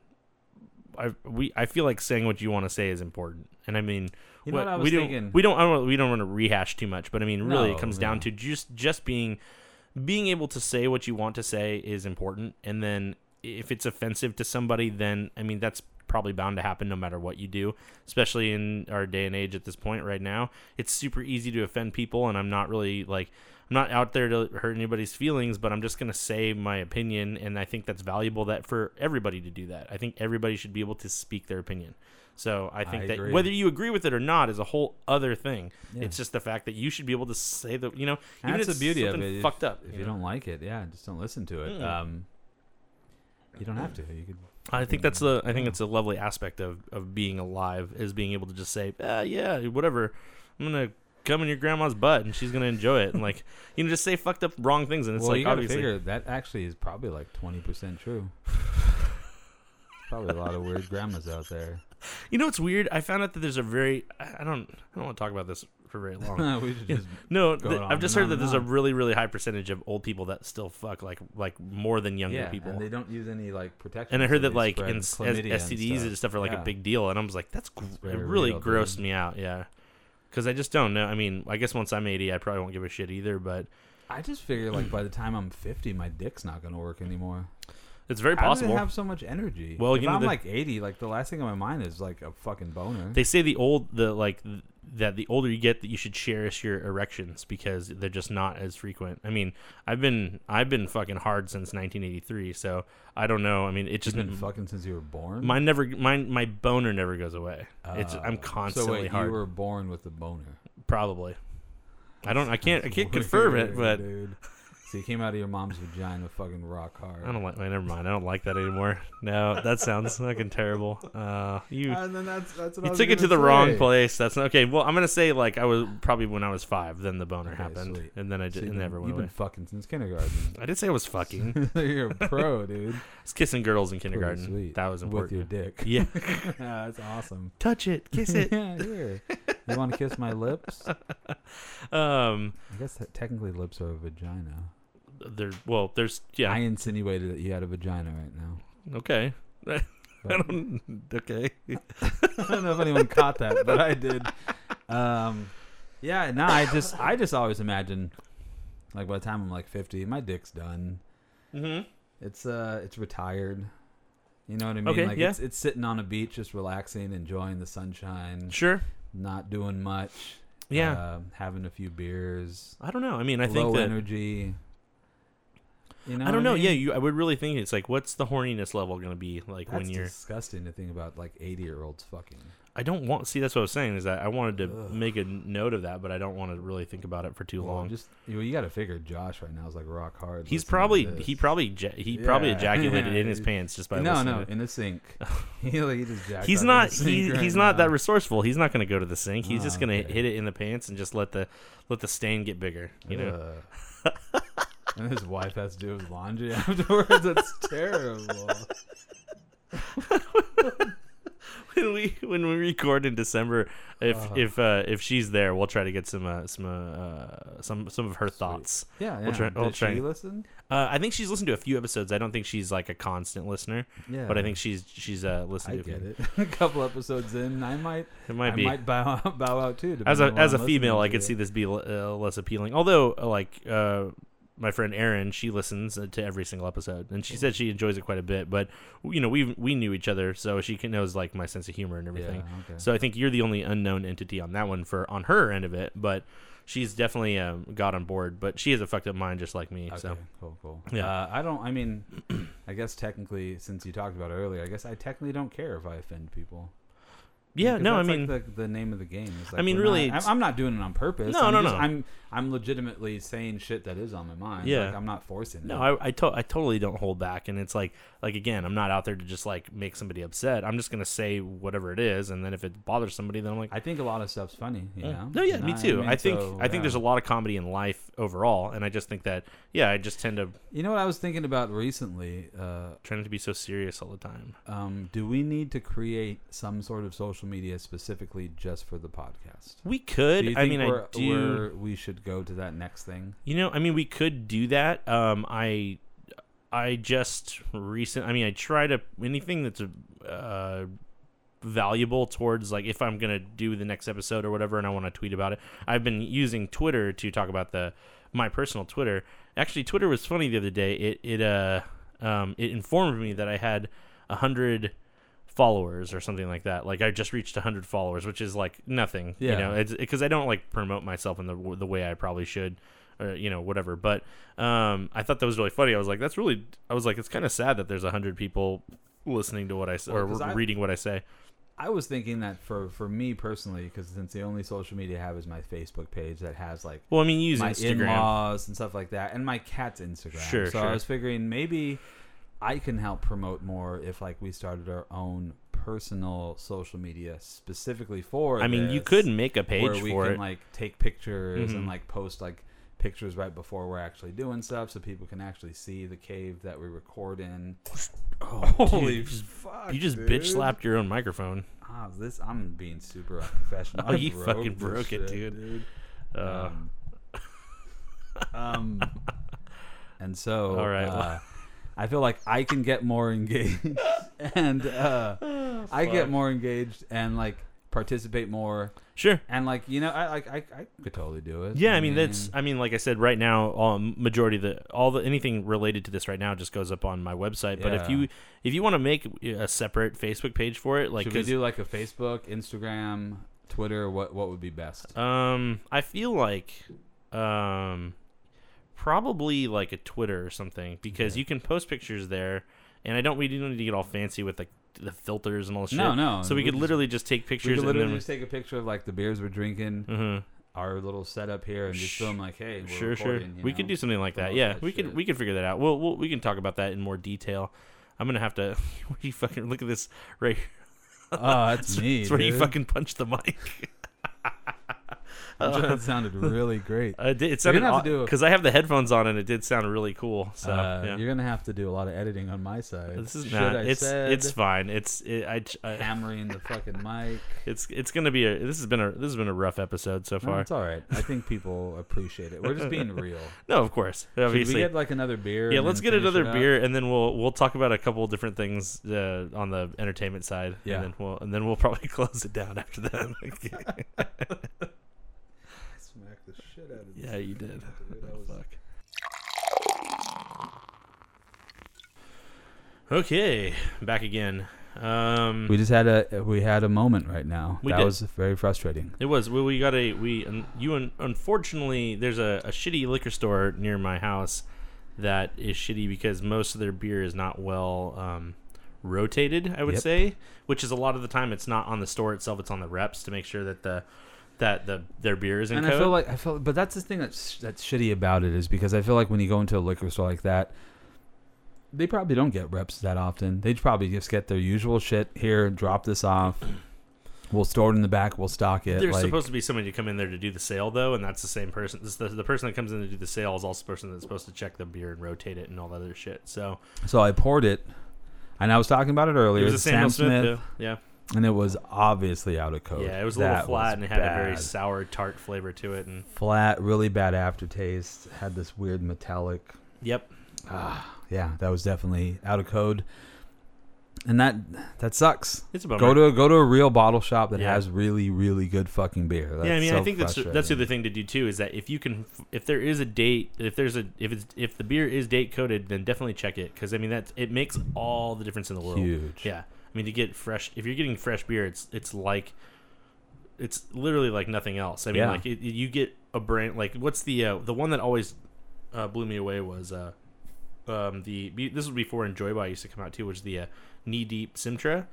I we I feel like saying what you want to say is important, and I mean, You know what I was we thinking? don't we don't I don't, we don't want to rehash too much, but I mean, really, it No, comes down no. to just just being being able to say what you want to say is important, and then if it's offensive to somebody, then I mean that's probably bound to happen no matter what you do especially in our day and age at this point right now it's super easy to offend people and i'm not really like i'm not out there to hurt anybody's feelings but i'm just going to say my opinion and i think that's valuable that for everybody to do that i think everybody should be able to speak their opinion so i think I that agree. whether you agree with it or not is a whole other thing it's just the fact that you should be able to say that you know And even that's the if beauty of something it. If- fucked up If you you know? don't like it, yeah, just don't listen to it. Um, you don't have to. You could. I think that's the I think it's a lovely aspect of of being alive is being able to just say, ah, yeah, whatever. I'm gonna come in your grandma's butt and she's gonna enjoy it and like you know just say fucked up wrong things and it's well, like you gotta obviously figure that actually is probably like twenty percent true. probably a lot of weird grandmas out there. you know what's weird I found out that there's a very I I don't I don't want to talk about this for very long we should just. no Go th- on I've just and heard on that and there's a on. really really high percentage of old people that still fuck like like more than younger Yeah, people and they don't use any like protection. and I heard so that they like spread in s- as- chlamydia and STDs and stuff, are like Yeah. a big deal, and I was like, that's gr- it very really real, grossed dude. me out, yeah. Because I just don't know. I mean, I guess once I'm 80, I probably won't give a shit either. But I just figure like by the time I'm fifty, my dick's not gonna work anymore. it's very How do they possible. have so much energy? Well, if you know, I'm the- like eighty, like the last thing on my mind is like a fucking boner. They say the old the like th- that the older you get that you should cherish your erections because they're just not as frequent. I mean, I've been I've been fucking hard since 1983, so I don't know. I mean, it You've just been fucking since you were born. mine never mine my boner never goes away. it's Oh. I'm constantly so wait, hard. You were born with a boner. Probably. I don't I can't I can't confirm Weird, it, but dude. So you came out of your mom's vagina fucking rock hard. I don't like. Wait, never mind. I don't like that anymore. No, that sounds fucking terrible. Uh, you And then that's that's what I you was took it gonna to the wrong say. place. That's not, okay. Well, I'm gonna say like I was probably when I was five. Then the boner Okay, happened, sweet. and then I So did, you've it never been- went You've away. been fucking since kindergarten. I did say I was fucking. You're a pro, dude. Pretty I was kissing girls in kindergarten. sweet. That was with your important. dick. Yeah, Yeah, that's awesome. touch it, kiss it. yeah, here. You want to kiss my lips? I Um, guess that technically lips are a vagina. there. Well, there's yeah. I insinuated that you had a vagina right now. okay. I don't. Okay. I don't know if anyone caught that, but I did. Um, yeah, no, I just I just always imagine like by the time I'm like 50, my dick's done. hmm It's uh it's retired. You know what I mean? Okay, like yeah. it's it's sitting on a beach just relaxing, enjoying the sunshine, Sure. not doing much. Yeah. uh, having a few beers. I don't know. I mean, I low think that. energy. You know I don't what know. Yeah, mean? you, I would really think it's like, what's the horniness level going to be like That's when you're? disgusting to think about like 80 year olds fucking. I don't want. See, that's what I was saying is that I wanted to make a note of that, but I don't want to really think about it for too Well, long. just you, know, you got to figure Josh right now is like rock hard. listening He's to probably this. he probably ja- he probably Yeah. ejaculated in his pants just by no listening no to it. in the sink. he like he just jacked He's off in not the sink he, right he's not that now. resourceful. He's not going to go to the sink. He's just Ah, going to Uh-huh. okay. hit it in the pants and just let the let the stain get bigger. You know. Ugh. and his wife has to do his laundry afterwards. That's terrible. when we when we record in December, if Uh-huh. if uh, if she's there, we'll try to get some uh, some uh, uh, some some of her thoughts. Yeah, yeah. We'll try- we'll Did try- she listen? Uh, I think she's listened to a few episodes. I don't think she's like a constant listener, Yeah, but I think she's she's uh, I listened to. a get few. it. a couple episodes in, I might It might I be might bow out, bow out too. as a depending on as a what I'm female, I listening could to. see this be l- uh, less appealing. Although, uh, like uh, my friend Erin, she listens uh, to every single episode, and she said she enjoys it quite a bit. But you know, we we knew each other, so she can, knows like my sense of humor and everything. okay. So I think you're the only unknown entity on that one for on her end of it, but she's definitely um, got on board. But she has a fucked up mind just like me. So Okay, cool, cool. Yeah. Uh, I don't. I mean, I guess technically, since you talked about it earlier, I guess I technically don't care if I offend people. yeah, 'Cause no, I that's, mean, like the, the name of the game. It's like mean, we're really, not- it's- I'm, I'm not doing it on purpose. No, I'm no, just, no. I'm I'm legitimately saying shit that is on my mind. Yeah. like, I'm not forcing. no, it. I I, to- I totally don't hold back, and it's like like again, I'm not out there to just like make somebody upset. I'm just gonna say whatever it is, and then if it bothers somebody, then I'm like. I think a lot of stuff's funny. You know? No, yeah, And me too. I, mean, think so, I think yeah. there's a lot of comedy in life overall, and I just think that yeah, I just tend to You know what I was thinking about recently? Uh, trying to be so serious all the time. um, do we need to create some sort of social media specifically just for the podcast? We could. Do you I think mean, we're, I do. we're- we should go to that next thing? You know, I mean, we could do that. Um, I, I just recent. I mean, I try to anything that's uh, valuable towards like if I'm gonna do the next episode or whatever, and I want to tweet about it. I've been using Twitter to talk about the my personal Twitter. Actually, Twitter was funny the other day. It it uh um it informed me that I had a hundred followers or something like that. Like I just reached 100 followers, which is like nothing, you Yeah. know, it's because I don't like promote myself in the w- the way I probably should or you know whatever. But um I thought that was really funny. I was like that's really I was like it's kind of sad that there's 100 people listening to what I say Well, or 'cause I- reading what I say. I was thinking that for for me personally, because since the only social media I have is my Facebook page that has like Well, I mean, you use my Instagram. in-laws and stuff like that, and my cat's Instagram. Sure, So sure. I was figuring maybe I can help promote more if like we started our own personal social media specifically for. I mean, you this, could make a where page we for can it. like take pictures Mhm. and like post like pictures right before we're actually doing stuff, so people can actually see the cave that we record in. Holy dude, just- fuck! you just bitch slapped your own microphone. Ah, this I'm being super unprofessional. Oh, I you fucking this broke shit, it, dude. dude. Uh, Um, um, and so, All right, uh, well- I feel like I can get more engaged, and uh, I get more engaged, and like participate more, sure. and like you know, I like I, I could totally do it. Yeah, I mean that's. I mean, like I said, right now, um, majority of the all the anything related to this right now just goes up on my website. But if Yeah. you if you want to make a separate Facebook page for it, like should we 'cause, do like a Facebook, Instagram, Twitter? What what would be best? um, I feel like um, probably like a Twitter or something because you can post pictures there, and I don't we don't need to get all fancy with like the filters and all this shit. No, no, So we, we could just- literally just take we pictures could literally and then. just take a picture of like the beers we're drinking, Mhm. our little setup here, and just Sh- film like, hey, we're sure, sure. recording, you We could know? do something like that. promote Yeah, that we could shit. we could figure that out. We'll, we'll we can talk about that in more detail. I'm gonna have to. Where you fucking look at this right? here. Oh, that's me. It's where you dude. fucking punched the mic. Oh, that sounded really great. I did, it sounded gonna have to do a- because I have the headphones on and it did sound really cool. So Uh, yeah. You're gonna have to do a lot of editing on my side. this is Shit not. I It's said, it's fine. It's it, I, I hammering the fucking mic. it's it's gonna be a. This has been a this has been a rough episode so No, far. it's all right. I think people appreciate it. We're just being real. No, of course, Should we obviously. get like another beer? yeah, and let's then get finish another it up? beer, and then we'll we'll talk about a couple of different things uh, on the entertainment side. Yeah. and then we'll and then we'll probably close it down after that. Smack the shit out of yeah, you did. Oh, Fuck. Okay, back again. Um, We just had a we had a moment right now. We that did. was very frustrating. It was. Well, we got a we un, you un, unfortunately there's a, a shitty liquor store near my house that is shitty because most of their beer is not well um, rotated, I would Yep. say, which is a lot of the time it's not on the store itself; it's on the reps to make sure that the that the their beer is in and code. I feel like I feel, but that's the thing that's that's shitty about it is because I feel like when you go into a liquor store like that, they probably don't get reps that often. They probably just get their usual shit here, drop this off. We'll store it in the back. We'll stock it. There's like, supposed to be somebody to come in there to do the sale, though, and that's the same person. This, the, the person that comes in to do the sale is also the person that's supposed to check the beer and rotate it and all that other shit. So so I poured it, and I was talking about it it earlier. was a Samuel Smith, though. yeah, and it was obviously out of code. yeah. It was a That little flat and it had a very bad. sour tart flavor to it, and flat, really bad aftertaste. Had this weird metallic. yep, Yeah, that was definitely out of code, and that that sucks. it's about Go to go to a real bottle shop that Yeah. has really really good fucking beer. That's yeah, I mean, so I think that's that's the frustrating. other thing to do too is that if you can, if there is a date, if there's a if it's if the beer is date coded, then definitely check it because I mean that's it makes all the difference in the world. Huge. Yeah, I mean to get fresh, if you're getting fresh beer, it's it's like it's literally like nothing else. I mean, Yeah. like it, you get a brand like what's the uh, the one that always uh, blew me away was uh um the be- this was before Enjoyable used to come out too, which is the uh, knee deep Simtra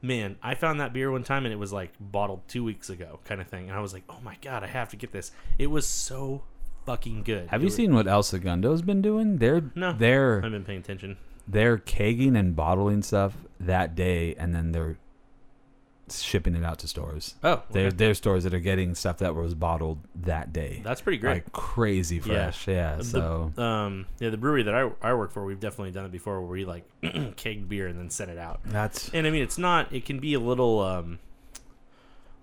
man, I found that beer one time and it was like bottled two weeks ago, kind of thing. And I was like, oh my god, I have to get this. It was so fucking good. Have It you was- seen what El Segundo's been doing? They're No. they're I've been paying attention. they're kegging and bottling stuff that day, and then they're shipping it out to stores. Oh, They're, they're stores that are getting stuff that was bottled that day. that's pretty great. Like crazy fresh. Yeah. The- so um, yeah, the brewery that I, I work for, we've definitely done it before, where we like kegged beer and then sent it out. that's And I mean, it's not. It can be a little, um,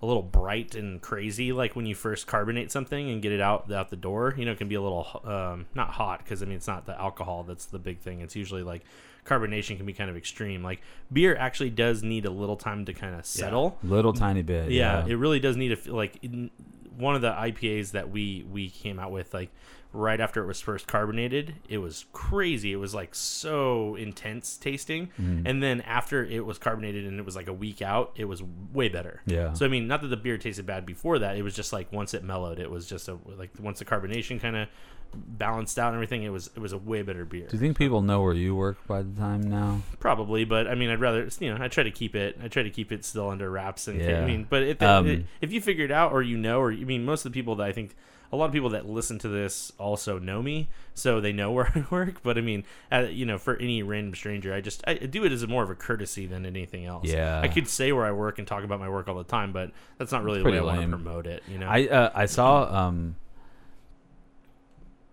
a little bright and crazy, like when you first carbonate something and get it out out the door. You know, it can be a little, um, not hot because I mean, it's not the alcohol that's the big thing. It's usually like carbonation can be kind of extreme. Like beer actually does need a little time to kind of settle. little tiny bit. Yeah, Yeah. it really does need a f- like in, one of the IPAs that we we came out with like right after it was first carbonated. It was crazy. It was like so intense tasting, Mm-hmm. and then after it was carbonated and it was like a week out, it was way better. Yeah. So I mean, not that the beer tasted bad before that. It was just like once it mellowed, it was just a like once the carbonation kind of balanced out and everything, it was it was a way better beer. Do you think people know where you work by the time now? Probably, but I mean, I'd rather you know. I try to keep it. I try to keep it still under wraps, and Yeah. I mean, but if, Um, if- if you figure it out or you know, or you mean, most of the people that I think, a lot of people that listen to this also know me, so they know where I work. But I mean, uh you know, for any random stranger, I just I do it as a more of a courtesy than anything else. Yeah. I could say where I work and talk about my work all the time, but that's not really the way Pretty I want lame. to promote it. You know, I uh, I saw um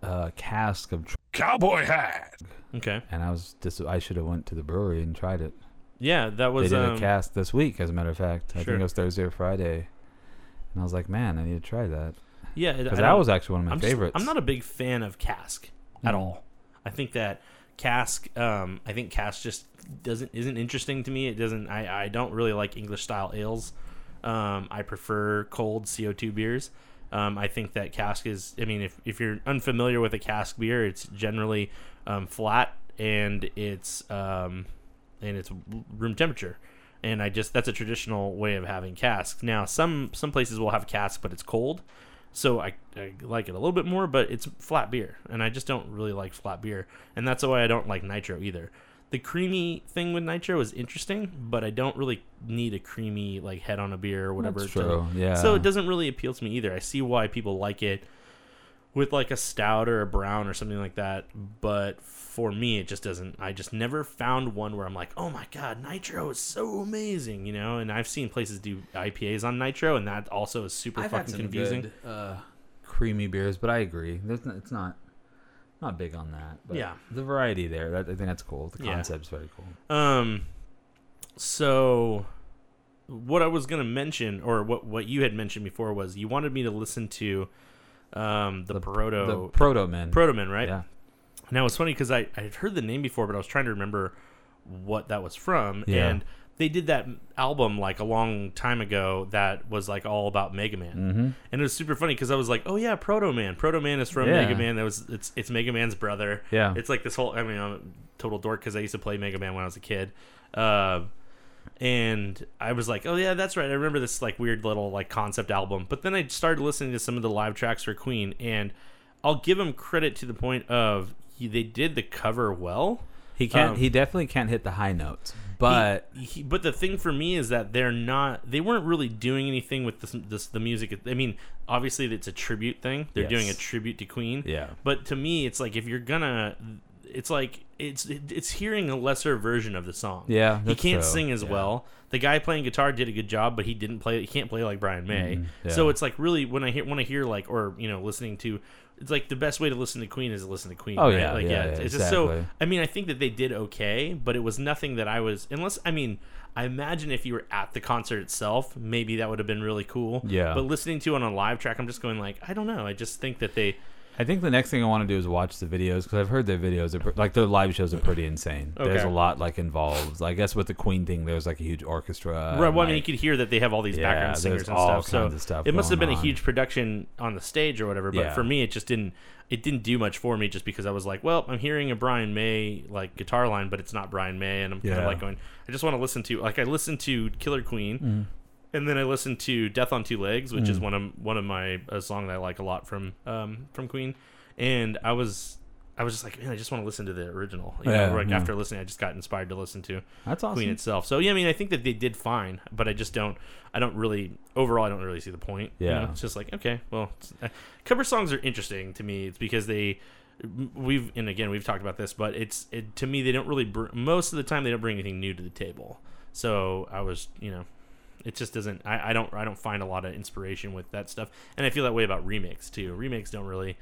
a cask of tr- Cowboy hat. okay, and I was dis- I should have went to the brewery and tried it. yeah, that They was did um, a cask this week, as a matter of fact. I Sure. think it was Thursday or Friday, and I was like, man, I need to try that yeah, I because don't- that was actually one of my I'm just- favorites. I'm not a big fan of Cask at all. I think that Cask, um, I think Cask just doesn't isn't interesting to me. It doesn't. I I don't really like English style ales. Um, I prefer cold CO2 beers. Um, I think that cask is. I mean, if, if you're unfamiliar with a cask beer, it's generally um, flat and it's um, and it's room temperature. And I just that's a traditional way of having casks. Now some some places will have cask, but it's cold, so I, I like it a little bit more. But it's flat beer, and I just don't really like flat beer, and that's why I don't like nitro either. The creamy thing with nitro is interesting, but I don't really need a creamy like head on a beer or whatever. That's to- true, yeah. So it doesn't really appeal to me either. I see why people like it with like a stout or a brown or something like that. But for me, it just doesn't. I just never found one where I'm like, oh my god, nitro is so amazing, you know. And I've seen places do IPAs on nitro, and that also is super fucking confusing. uh, creamy beers, but I agree. There's n- it's not not big on that. But Yeah. the variety there. That, I think that's cool. The Yeah. concept's very cool. Um, so what I was gonna mention, or what what you had mentioned before, was you wanted me to listen to um the, proto the proto man. proto man, right? yeah. Now it's funny because I I had heard the name before, but I was trying to remember what that was from. Yeah. And they did that album like a long time ago that was like all about Mega Man, Mm-hmm. and it was super funny because I was like, oh yeah, Proto Man. Proto Man is from Yeah. Mega Man. That was it's it's Mega Man's brother. Yeah. It's like this whole. I mean, I'm a total dork because I used to play Mega Man when I was a kid. Uh, and I was like, "Oh yeah, that's right. I remember this like weird little like concept album." But then I started listening to some of the live tracks for Queen, and I'll give them credit to the point of he, they did the cover well. He can't. Um, he definitely can't hit the high notes, But he, but the thing for me is that they're not they weren't really doing anything with this, this the music i mean obviously it's a tribute thing they're doing a Yes. tribute to queen Yeah. but to me it's like if you're gonna it's like it's it- it's hearing a lesser version of the song Yeah, he that's can't true. sing as Yeah. well the guy playing guitar did a good job but he didn't play he can't play like brian may Mm-hmm. yeah. so it's like really when i hear when i hear like or you know listening to it's like the best way to listen to queen is to listen to queen Oh, right? yeah, like yeah, yeah, it's, it's just so exactly. I mean, I think that they did okay, but it was nothing that I was unless I mean, I imagine if you were at the concert itself, maybe that would have been really cool. Yeah. But listening to it on a live track, I'm just going like, I don't know. I just think that they I think the next thing I want to do is watch the videos because I've heard their videos are pre- like their live shows are pretty insane. There's Okay. a lot like involved. I guess with the Queen thing, there's like a huge orchestra. right. and, Well, I mean, you uh, like- could hear that they have all these Yeah, background singers there's and all stuff. so kinds of stuff it must have going been a on. huge production on the stage or whatever. But Yeah. for me, it just didn't. It didn't do much for me just because I was like, well, I'm hearing a Brian May like guitar line, but it's not Brian May, and I'm kind of Yeah. like going, I just want to listen to like I listened to Killer Queen. Mm-hmm. And then I listened to "Death on Two Legs," which Mm. is one of one of my a song that I like a lot from um, from Queen, and I was I was just like, man, I just want to listen to the original. You Yeah, know, like yeah. after listening, I just got inspired to listen to That's Queen awesome. itself. So yeah, I mean, I think that they did fine, but I just don't. I don't really overall. I don't really see the point. you Yeah. know? it's just like okay, well, it's- uh, cover songs are interesting to me. It's because they m- we've and again we've talked about this, but it's it, to me they don't really br- most of the time they don't bring anything new to the table. So I was you know. It just doesn't. I, I don't. I don't find a lot of inspiration with that stuff, and I feel that way about remakes too. Remakes don't really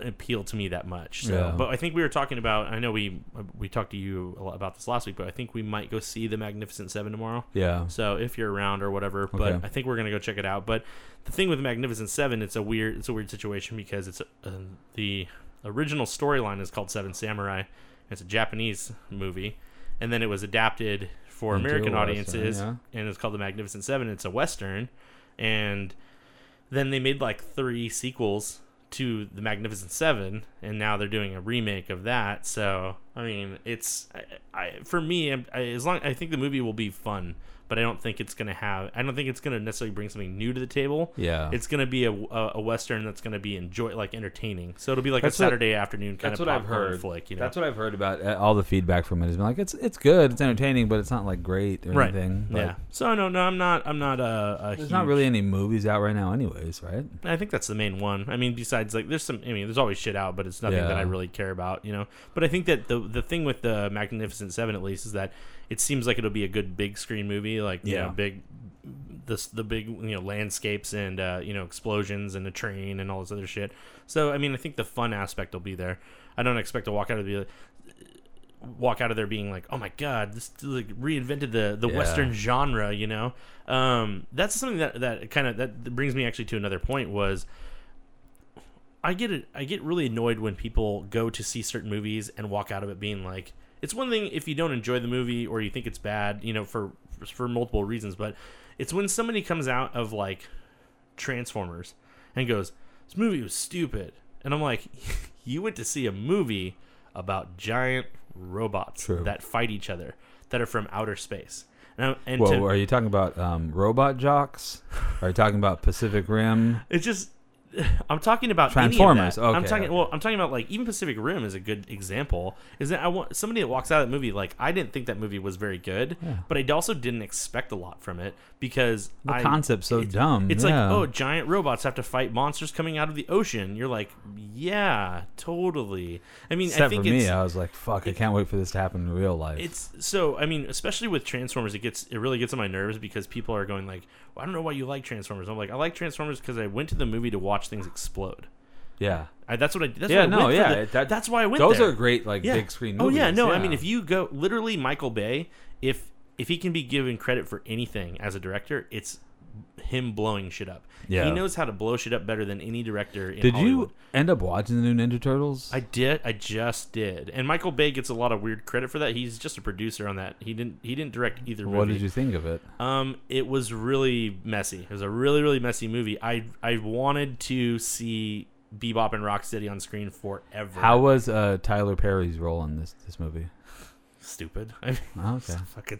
appeal to me that much. So, Yeah. but I think we were talking about. I know we we talked to you a lot about this last week, but I think we might go see the Magnificent Seven tomorrow. Yeah. So if you're around or whatever, but Okay. I think we're gonna go check it out. But the thing with Magnificent Seven, it's a weird it's a weird situation because it's uh, the original storyline is called Seven Samurai. It's a Japanese movie, and then it was adapted for Into a American Western, audiences, yeah. and it's called The Magnificent Seven. It's a Western, and then they made like three sequels to the magnificent seven and now they're doing a remake of that so i mean it's i, I for me I'm- I, as long i think the movie will be fun but i don't think it's gonna have i don't think it's gonna necessarily bring something new to the table Yeah. it's gonna be a, a, a western that's gonna be enjoy like entertaining so it'll be like That's a what- saturday afternoon kind that's of what I've popcorn heard. flick you know That's what I've heard about uh, all the feedback from it has been like it's it's good, it's entertaining, but it's not like great or right anything. but yeah so no no i'm not i'm not a, a There's huge, not really any movies out right now, anyways, right? I think that's the main one. I mean, besides like, there's some. I mean, there's always shit out, but it's nothing that Yeah. I really care about, you know. But I think that the the thing with the Magnificent Seven, at least, is that it seems like it'll be a good big screen movie, like you Yeah. know, big this the big you know landscapes and uh, you know explosions and a train and all this other shit. So I mean, I think the fun aspect will be there. I don't expect to walk out of the walk out of there being like, oh my god, this like reinvented the the Yeah. western genre. You know, um, that's something that that kind of that brings me actually to another point was. I get it. I get really annoyed when people go to see certain movies and walk out of it being like, it's one thing if you don't enjoy the movie or you think it's bad, you know, for for multiple reasons. But it's when somebody comes out of like Transformers and goes, "This movie was stupid," and I'm like, "You went to see a movie about giant robots True. that fight each other that are from outer space." And, I, and Whoa, to- are you talking about um, robot jocks? Are you talking about Pacific Rim? It's just I'm talking about Transformers, Any of that. I'm okay, talking okay. well, I'm talking about like even Pacific Rim is a good example. Is that I want somebody that walks out of that movie like I didn't think that movie was very good, but I also didn't expect a lot from it because The I- concept's so it's- dumb, It's yeah. like oh, giant robots have to fight monsters coming out of the ocean. You're like yeah, totally. I mean, I Except for think me, it's, I was like, "Fuck! I can't wait for this to happen in real life." it's so I mean, especially with Transformers, it gets it really gets on my nerves because people are going like, well, I don't know why you like Transformers. I'm like, I like Transformers because I went to the movie to watch things explode. yeah, I, that's what I. That's yeah, what I no, went for yeah. the- it- that- that's why I went. Those there. are great, like big screen. Oh movies. yeah, no, I mean, if you go literally Michael Bay, if if he can be given credit for anything as a director, it's him blowing shit up. Yeah. he knows how to blow shit up better than any director. In did Hollywood. you end up watching the new Ninja Turtles? I did. I just did. And Michael Bay gets a lot of weird credit for that. He's just a producer on that. He didn't. He didn't direct either. what movie. did you think of it? Um, it was really messy. It was a really, really messy movie. I I wanted to see Bebop and Rocksteady on screen forever. How was uh, Tyler Perry's role in this this movie? stupid. I mean, Oh, okay. fucking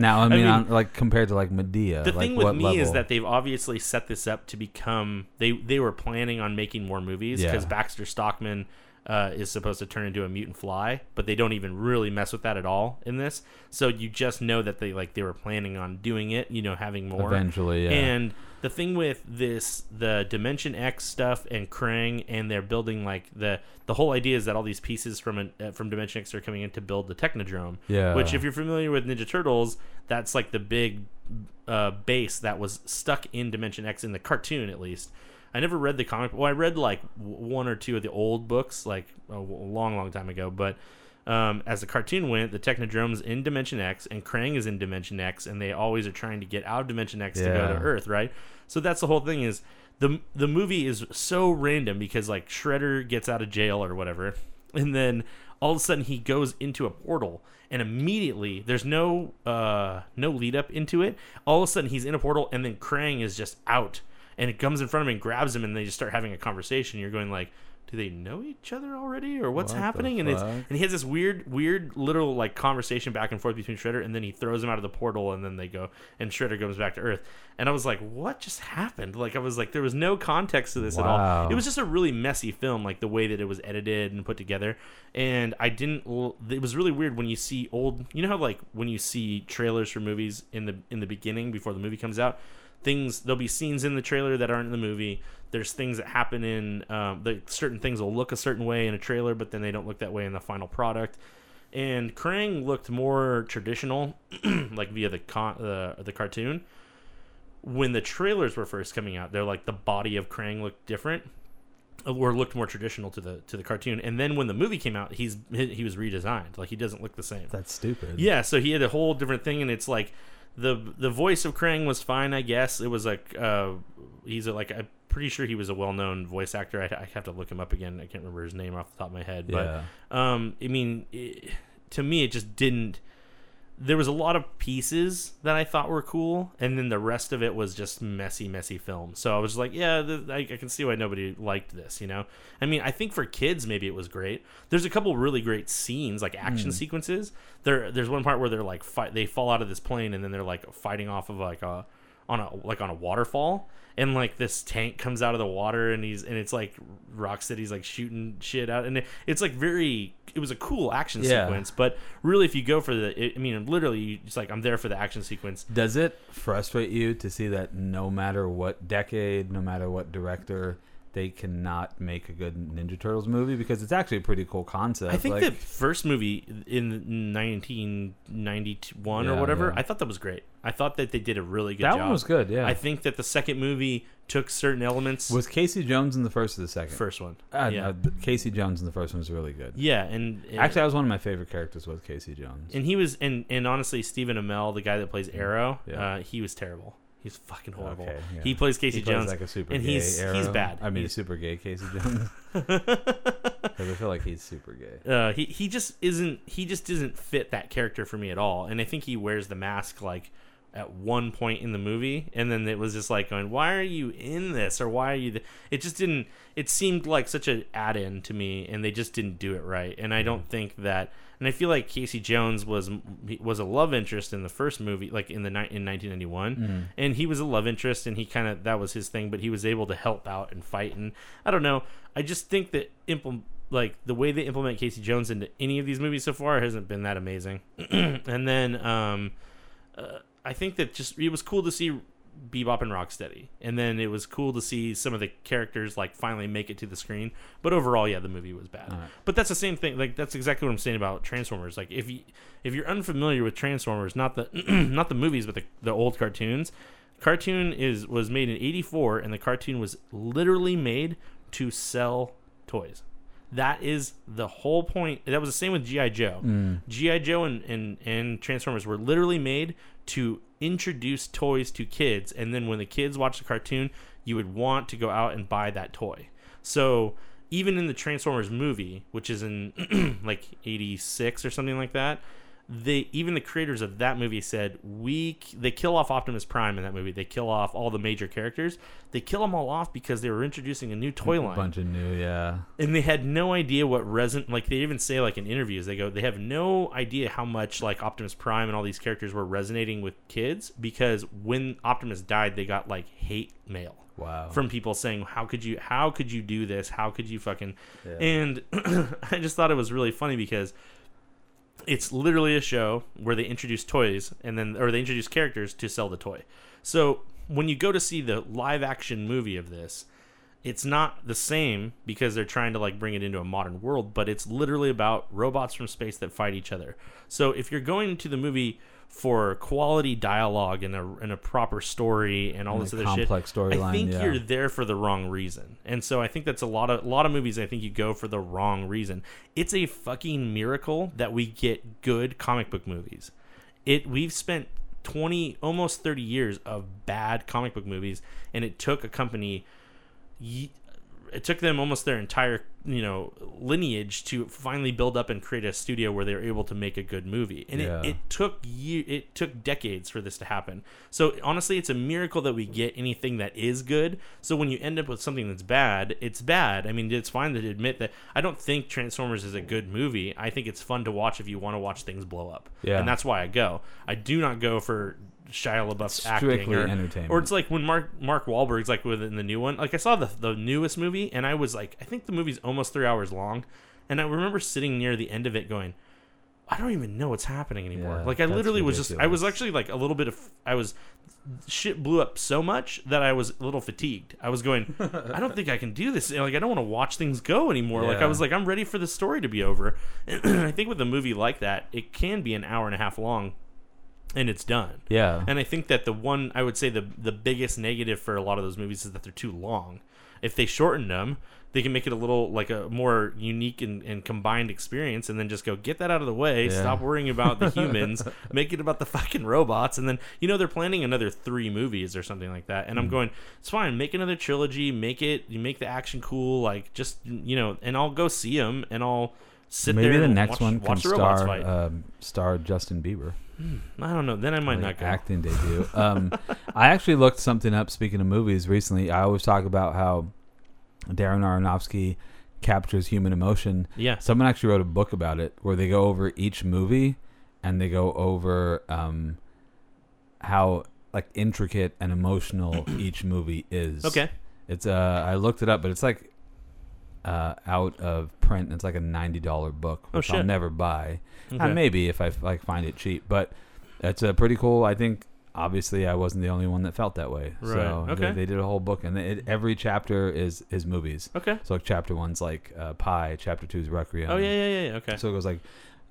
Now, I mean, mean, on, like compared to like Medea, the like, thing with what me is level? that they've obviously set this up to become they they were planning on making more movies because Yeah. Baxter Stockman uh, is supposed to turn into a mutant fly, but they don't even really mess with that at all in this. So you just know that they like they were planning on doing it, you know, having more Eventually, yeah. And the thing with this, the Dimension X stuff and Krang, and they're building like the the whole idea is that all these pieces from an, uh, from Dimension X are coming in to build the Technodrome. Yeah. Which, if you're familiar with Ninja Turtles, that's like the big uh, base that was stuck in Dimension X in the cartoon, at least. I never read the comic. Well, I read like w- one or two of the old books, like a w- long, long time ago. But um, as the cartoon went, the Technodrome's in Dimension X, and Krang is in Dimension X, and they always are trying to get out of Dimension X to go to Yeah. Earth, right? So that's the whole thing. Is the the movie is so random because like Shredder gets out of jail or whatever, and then all of a sudden he goes into a portal, and immediately there's no uh no lead up into it. All of a sudden he's in a portal, and then Krang is just out and it comes in front of him and grabs him and they just start having a conversation you're going like do they know each other already or what's What the happening and it's fuck? and he has this weird weird little like conversation back and forth between shredder and then he throws him out of the portal and then they go and shredder comes back to earth and i was like what just happened like i was like there was no context to this at Wow. all it was just a really messy film like the way that it was edited and put together and i didn't l- it was really weird when you see old you know how like when you see trailers for movies in the in the beginning before the movie comes out things there'll be scenes in the trailer that aren't in the movie there's things that happen in um, the certain things will look a certain way in a trailer but then they don't look that way in the final product and krang looked more traditional like via the con the, the cartoon when the trailers were first coming out they're like the body of krang looked different uh, or looked more traditional to the to the cartoon and then when the movie came out he's he, he was redesigned like he doesn't look the same That's stupid. yeah, so he had a whole different thing, and it's like the the voice of Krang was fine, I guess. It was like uh, he's a, like I'm pretty sure he was a well known voice actor. I, I have to look him up again. I can't remember his name off the top of my head, Yeah. but um, I mean, it, to me, it just didn't. There was a lot of pieces that I thought were cool, and then the rest of it was just messy, messy film. So I was like, yeah, th- I, I can see why nobody liked this. You know, I mean, I think for kids maybe it was great. There's a couple really great scenes, like action sequences. There, there's one part where they're like fight, they fall out of this plane, and then they're like fighting off of like a on a like on a waterfall and like this tank comes out of the water and he's and it's like Rocksteady's like shooting shit out and it, it's like very it was a cool action Yeah. sequence but really if you go for the it, I mean literally you just like I'm there for the action sequence Does it frustrate you to see that no matter what decade, no matter what director, they cannot make a good Ninja Turtles movie because it's actually a pretty cool concept. I think like, the first movie in 1991 or Yeah, whatever yeah. I thought that was great I thought that they did a really good that job one was good. Yeah, I think that the second movie took certain elements was Casey Jones in the first or the second? first one Uh, yeah no, th- Casey Jones in the first one was really good. yeah and, and Actually, that was one of my favorite characters was Casey Jones. And he was, and and honestly, Stephen Amell, the guy that plays Arrow, Mm, Yeah. uh, he was terrible. He's fucking horrible. Okay, yeah. He plays Casey He plays Jones, like a super and gay he's he's Arrow. bad. I mean, He's- super gay Casey Jones. Because I feel like he's super gay. uh, he he just isn't he just doesn't fit that character for me at all. And I think he wears the mask like at one point in the movie, and then it was just like going, "Why are you in this?" or "Why are you?" Th-? It just didn't. It seemed like such an add-in to me, and they just didn't do it right. And I don't think that. And I feel like Casey Jones was was a love interest in the first movie, like in the ni- in 1991, and he was a love interest, and he kind of that was his thing. But he was able to help out and fight, and I don't know. I just think that implement like the way they implement Casey Jones into any of these movies so far hasn't been that amazing. and then um, uh, I think that just it was cool to see Bebop and Rocksteady, and then it was cool to see some of the characters like finally make it to the screen. But overall, yeah, the movie was bad. Alright. But that's the same thing. Like that's exactly what I'm saying about Transformers. Like if you if you're unfamiliar with Transformers, not the not the movies, but the the old cartoons. Cartoon is was made in '84, and the cartoon was literally made to sell toys. That is the whole point. That was the same with GI Joe. GI Joe and, and and Transformers were literally made to introduce toys to kids, and then when the kids watch the cartoon, you would want to go out and buy that toy. So even in the Transformers movie, which is in like '86 or something like that, they even the creators of that movie said we they kill off Optimus Prime in that movie. They kill off all the major characters. They kill them all off because they were introducing a new toy line bunch of new, yeah. and they had no idea what resin like they even say like in interviews they go they have no idea how much like optimus prime and all these characters were resonating with kids because when optimus died they got like hate mail Wow. from people saying how could you how could you do this how could you fucking and i just thought it was really funny because it's literally a show where they introduce toys and then or they introduce characters to sell the toy so when you go to see the live action movie of this it's not the same because they're trying to like bring it into a modern world, but it's literally about robots from space that fight each other. So if you're going to the movie for quality dialogue and a, and a proper story and all And this a other complex shit, I storyline, think yeah. you're there for the wrong reason. And so I think that's a lot of a lot of movies. I think you go for the wrong reason. It's a fucking miracle that we get good comic book movies it we've spent 20 almost 30 years of bad comic book movies and it took a company ye- it took them almost their entire you know lineage to finally build up and create a studio where they were able to make a good movie and Yeah. it, it took year it took decades for this to happen so honestly it's a miracle that we get anything that is good so when you end up with something that's bad it's bad i mean it's fine to admit that i don't think transformers is a good movie i think it's fun to watch if you want to watch things blow up Yeah. and that's why i go i do not go for Shia LaBeouf's acting Strictly or, entertainment. or it's like when Mark Mark Wahlberg's like within the new one. Like I saw the the newest movie and I was like, I think the movie's almost three hours long, and I remember sitting near the end of it going, I don't even know what's happening anymore. Yeah, like I that's literally was just I was ridiculous. actually like a little bit of I was shit blew up so much that I was a little fatigued. I was going, I don't think I can do this. Like I don't want to watch things go anymore. Like I Yeah. was like I'm ready for the story to be over. I think with a movie like that, it can be an hour and a half long and it's done. Yeah. And I think that the one I would say the the biggest negative for a lot of those movies is that they're too long. If they shorten them, they can make it a little like a more unique and, and combined experience, and then just go get that out of the way. Yeah. Stop worrying about the humans. make it about the fucking robots, and then you know they're planning another three movies or something like that. And Mm. I'm going, it's fine. Make another trilogy. Make it. You make the action cool. Like just you know, and I'll go see them, and I'll sit Maybe there the and next watch, one can watch the robots star fight. um, star Justin Bieber. I don't know. Then I might like, not go. acting debut. Um, I actually looked something up. Speaking of movies, recently I always talk about how Darren Aronofsky captures human emotion. Yeah. Someone actually wrote a book about it where they go over each movie and they go over um, how like intricate and emotional each movie is. Okay. It's uh, I looked it up, but it's like uh, out of print. And it's like a ninety dollar book, Oh, which I'll shit. never buy. Uh, Okay. maybe if I like find it cheap, but it's a pretty cool. I think obviously I wasn't the only one that felt that way. Right. So they- Okay. they, did a whole book, and it, every chapter is is movies. Okay. So like chapter one's like uh, Pie, chapter two's Requiem. Oh yeah, yeah, yeah, yeah. Okay. Um, So it goes like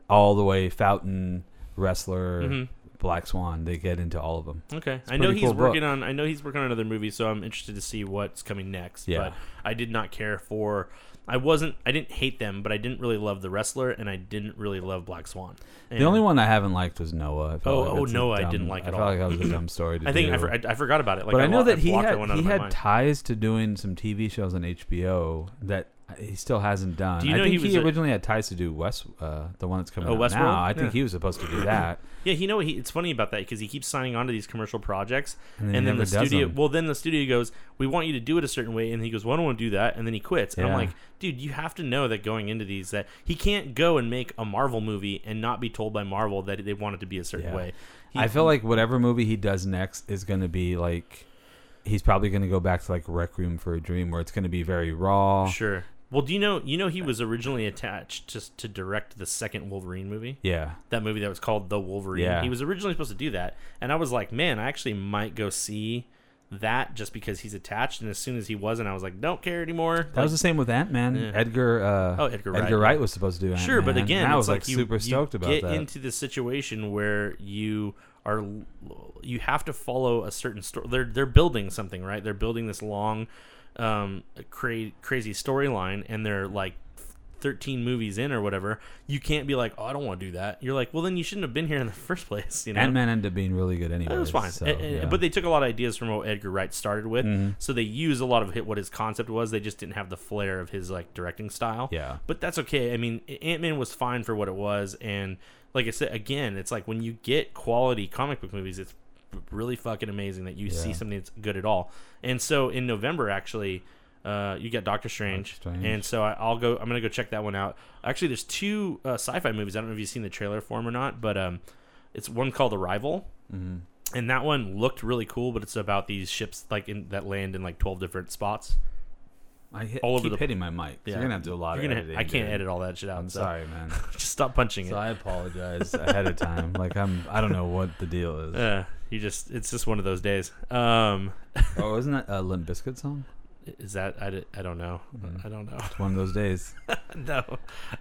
all the way Fountain, Wrestler, Mhm. Black Swan. They get into all of them. Okay, a I know pretty he's cool working book. on. I know he's working on another movie, so I'm interested to see what's coming next. Yeah. But I did not care for. I wasn't. I didn't hate them, but I didn't really love the wrestler, and I didn't really love Black Swan. And The only one I haven't liked was Noah. I felt Oh, like oh, that's a Noah I dumb- didn't like I at felt all. like that was a dumb story to I think I, do. for, I, I forgot about it. Like, but I, know lo- that he blocked had that one out he of my had mind. ties to doing some TV shows on HBO that uh, he still hasn't done. Do you I know think he was a- originally had ties to do West, uh, the one that's coming Oh, out Westworld? now. I think Yeah. he was supposed to do that. Yeah, you know, he, it's funny about that because he keeps signing on to these commercial projects, And and, then he then the never does studio. them. Well, then the studio goes, "We want you to do it a certain way," and he goes, "Well, I don't want to do that," and then he quits. And Yeah. I'm like, dude, you have to know that going into these that he can't go and make a Marvel movie and not be told by Marvel that they want it to be a certain Yeah. way. He- I feel like whatever movie he does next is going to be like he's probably going to go back to like Rec Room for a Dream, where it's going to be very raw. sure. Well, do you know? You know, he was originally attached just to direct the second Wolverine movie. Yeah, that movie that was called The Wolverine. Yeah. He was originally supposed to do that, and I was like, man, I actually might go see that just because he's attached. And as soon as he wasn't, I was like, don't care anymore. that was the same with Ant Man. Yeah. Edgar. Uh, Oh, Edgar Wright. Wright was supposed to do. Ant-Man. sure, but and again, I it's was like, like, you, super stoked you about get that. into the situation where you are you have to follow a certain story. They're they're building something, right? They're building this long, um, cra- crazy storyline, and they're like 13 movies in or whatever, you can't be like, oh, I don't want to do that. You're like, well, then you shouldn't have been here in the first place. You know, Ant Man ended up being really good anyway. it was fine. so, And- and- yeah. Mm-hmm. But they took a lot of ideas from what Edgar Wright started with, so they used a lot of hit what his concept was. They just didn't have the flair of his like directing style. Yeah. but that's okay. I mean, Ant Man was fine for what it was, and like I said again, it's like when you get quality comic book movies, it's really fucking amazing that you see Yeah. something that's good at all. And so in November, actually. Uh, you got Doctor Strange, Doctor Strange. and so I, I'll go. I'm gonna go check that one out. Actually, there's two uh, sci-fi movies. I don't know if you've seen the trailer for 'em or not, but um, it's one called Arrival, Mm-hmm. and that one looked really cool but it's about these ships like in that land in like 12 different spots I hit, all all over keep the- hitting my mic. So Yeah. You're gonna have to do a lot You're of gonna- editing. i can't dude. edit all that shit out I'm so sorry, man. just stop punching So it I apologize ahead of time. Like I'm, I don't know what the deal is. uh, you just it's just one of those days um Oh, isn't that a Limp Bizkit song? is that i, di- I don't know Mm-hmm. i don't know One of those days. no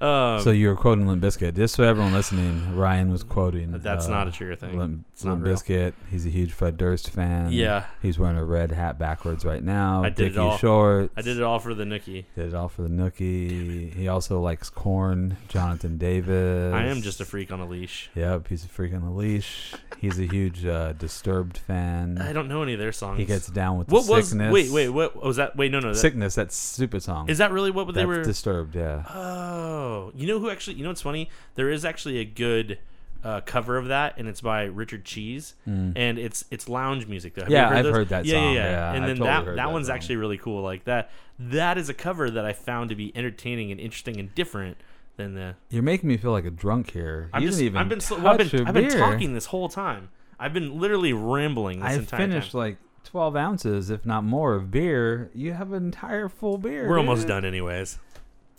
um So you were quoting Limp Bizkit. Just so everyone listening, Ryan was quoting. that's uh, not a trigger thing Limp, It's not Limp real. Bizkit. He's a huge Fred Durst fan. Yeah. He's wearing a red hat backwards right now. I did it Dickie all. shorts. i did it all for the nookie Did it all for the Nookie. He also likes corn. Jonathan Davis. i am just a freak on a leash Yep, he's a freak on the leash. He's a huge uh, Disturbed fan. i don't know any of their songs he gets down with what the was sickness. wait wait what was that wait no no that, sickness? That stupid song. is that really what they That's were disturbed? Yeah. Oh, you know who actually? You know what's funny? There is actually a good uh, cover of that, and it's by Richard Cheese, and it's it's lounge music though. Have you Mm. Yeah, I've those? heard that yeah, song. Yeah, Yeah, And I've totally then that that, heard that one's song. actually really cool. Like that that is a cover that I found to be entertaining and interesting and different than the. You're making me feel like a drunk here. I'm you just didn't even I've been sl- touch well, I've been, your I've been beer. talking this whole time. I've been literally rambling this I entire finished time. like 12 ounces, if not more, of beer. You have an entire full beer. We're almost dude. done, anyways.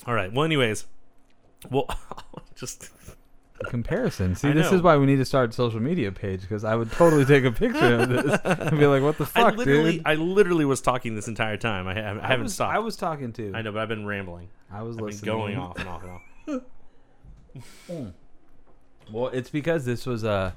All right. Well, anyways, well, just The comparison. See, I this know. is why we need to start a social media page because I would totally take a picture of this and be like, "What the fuck, I literally, dude?" I literally was talking this entire time. I, ha- I haven't was, stopped. I, I was talking to. know, but I've been rambling. I was I've been listening. going off and off and off. Well, it's because this was a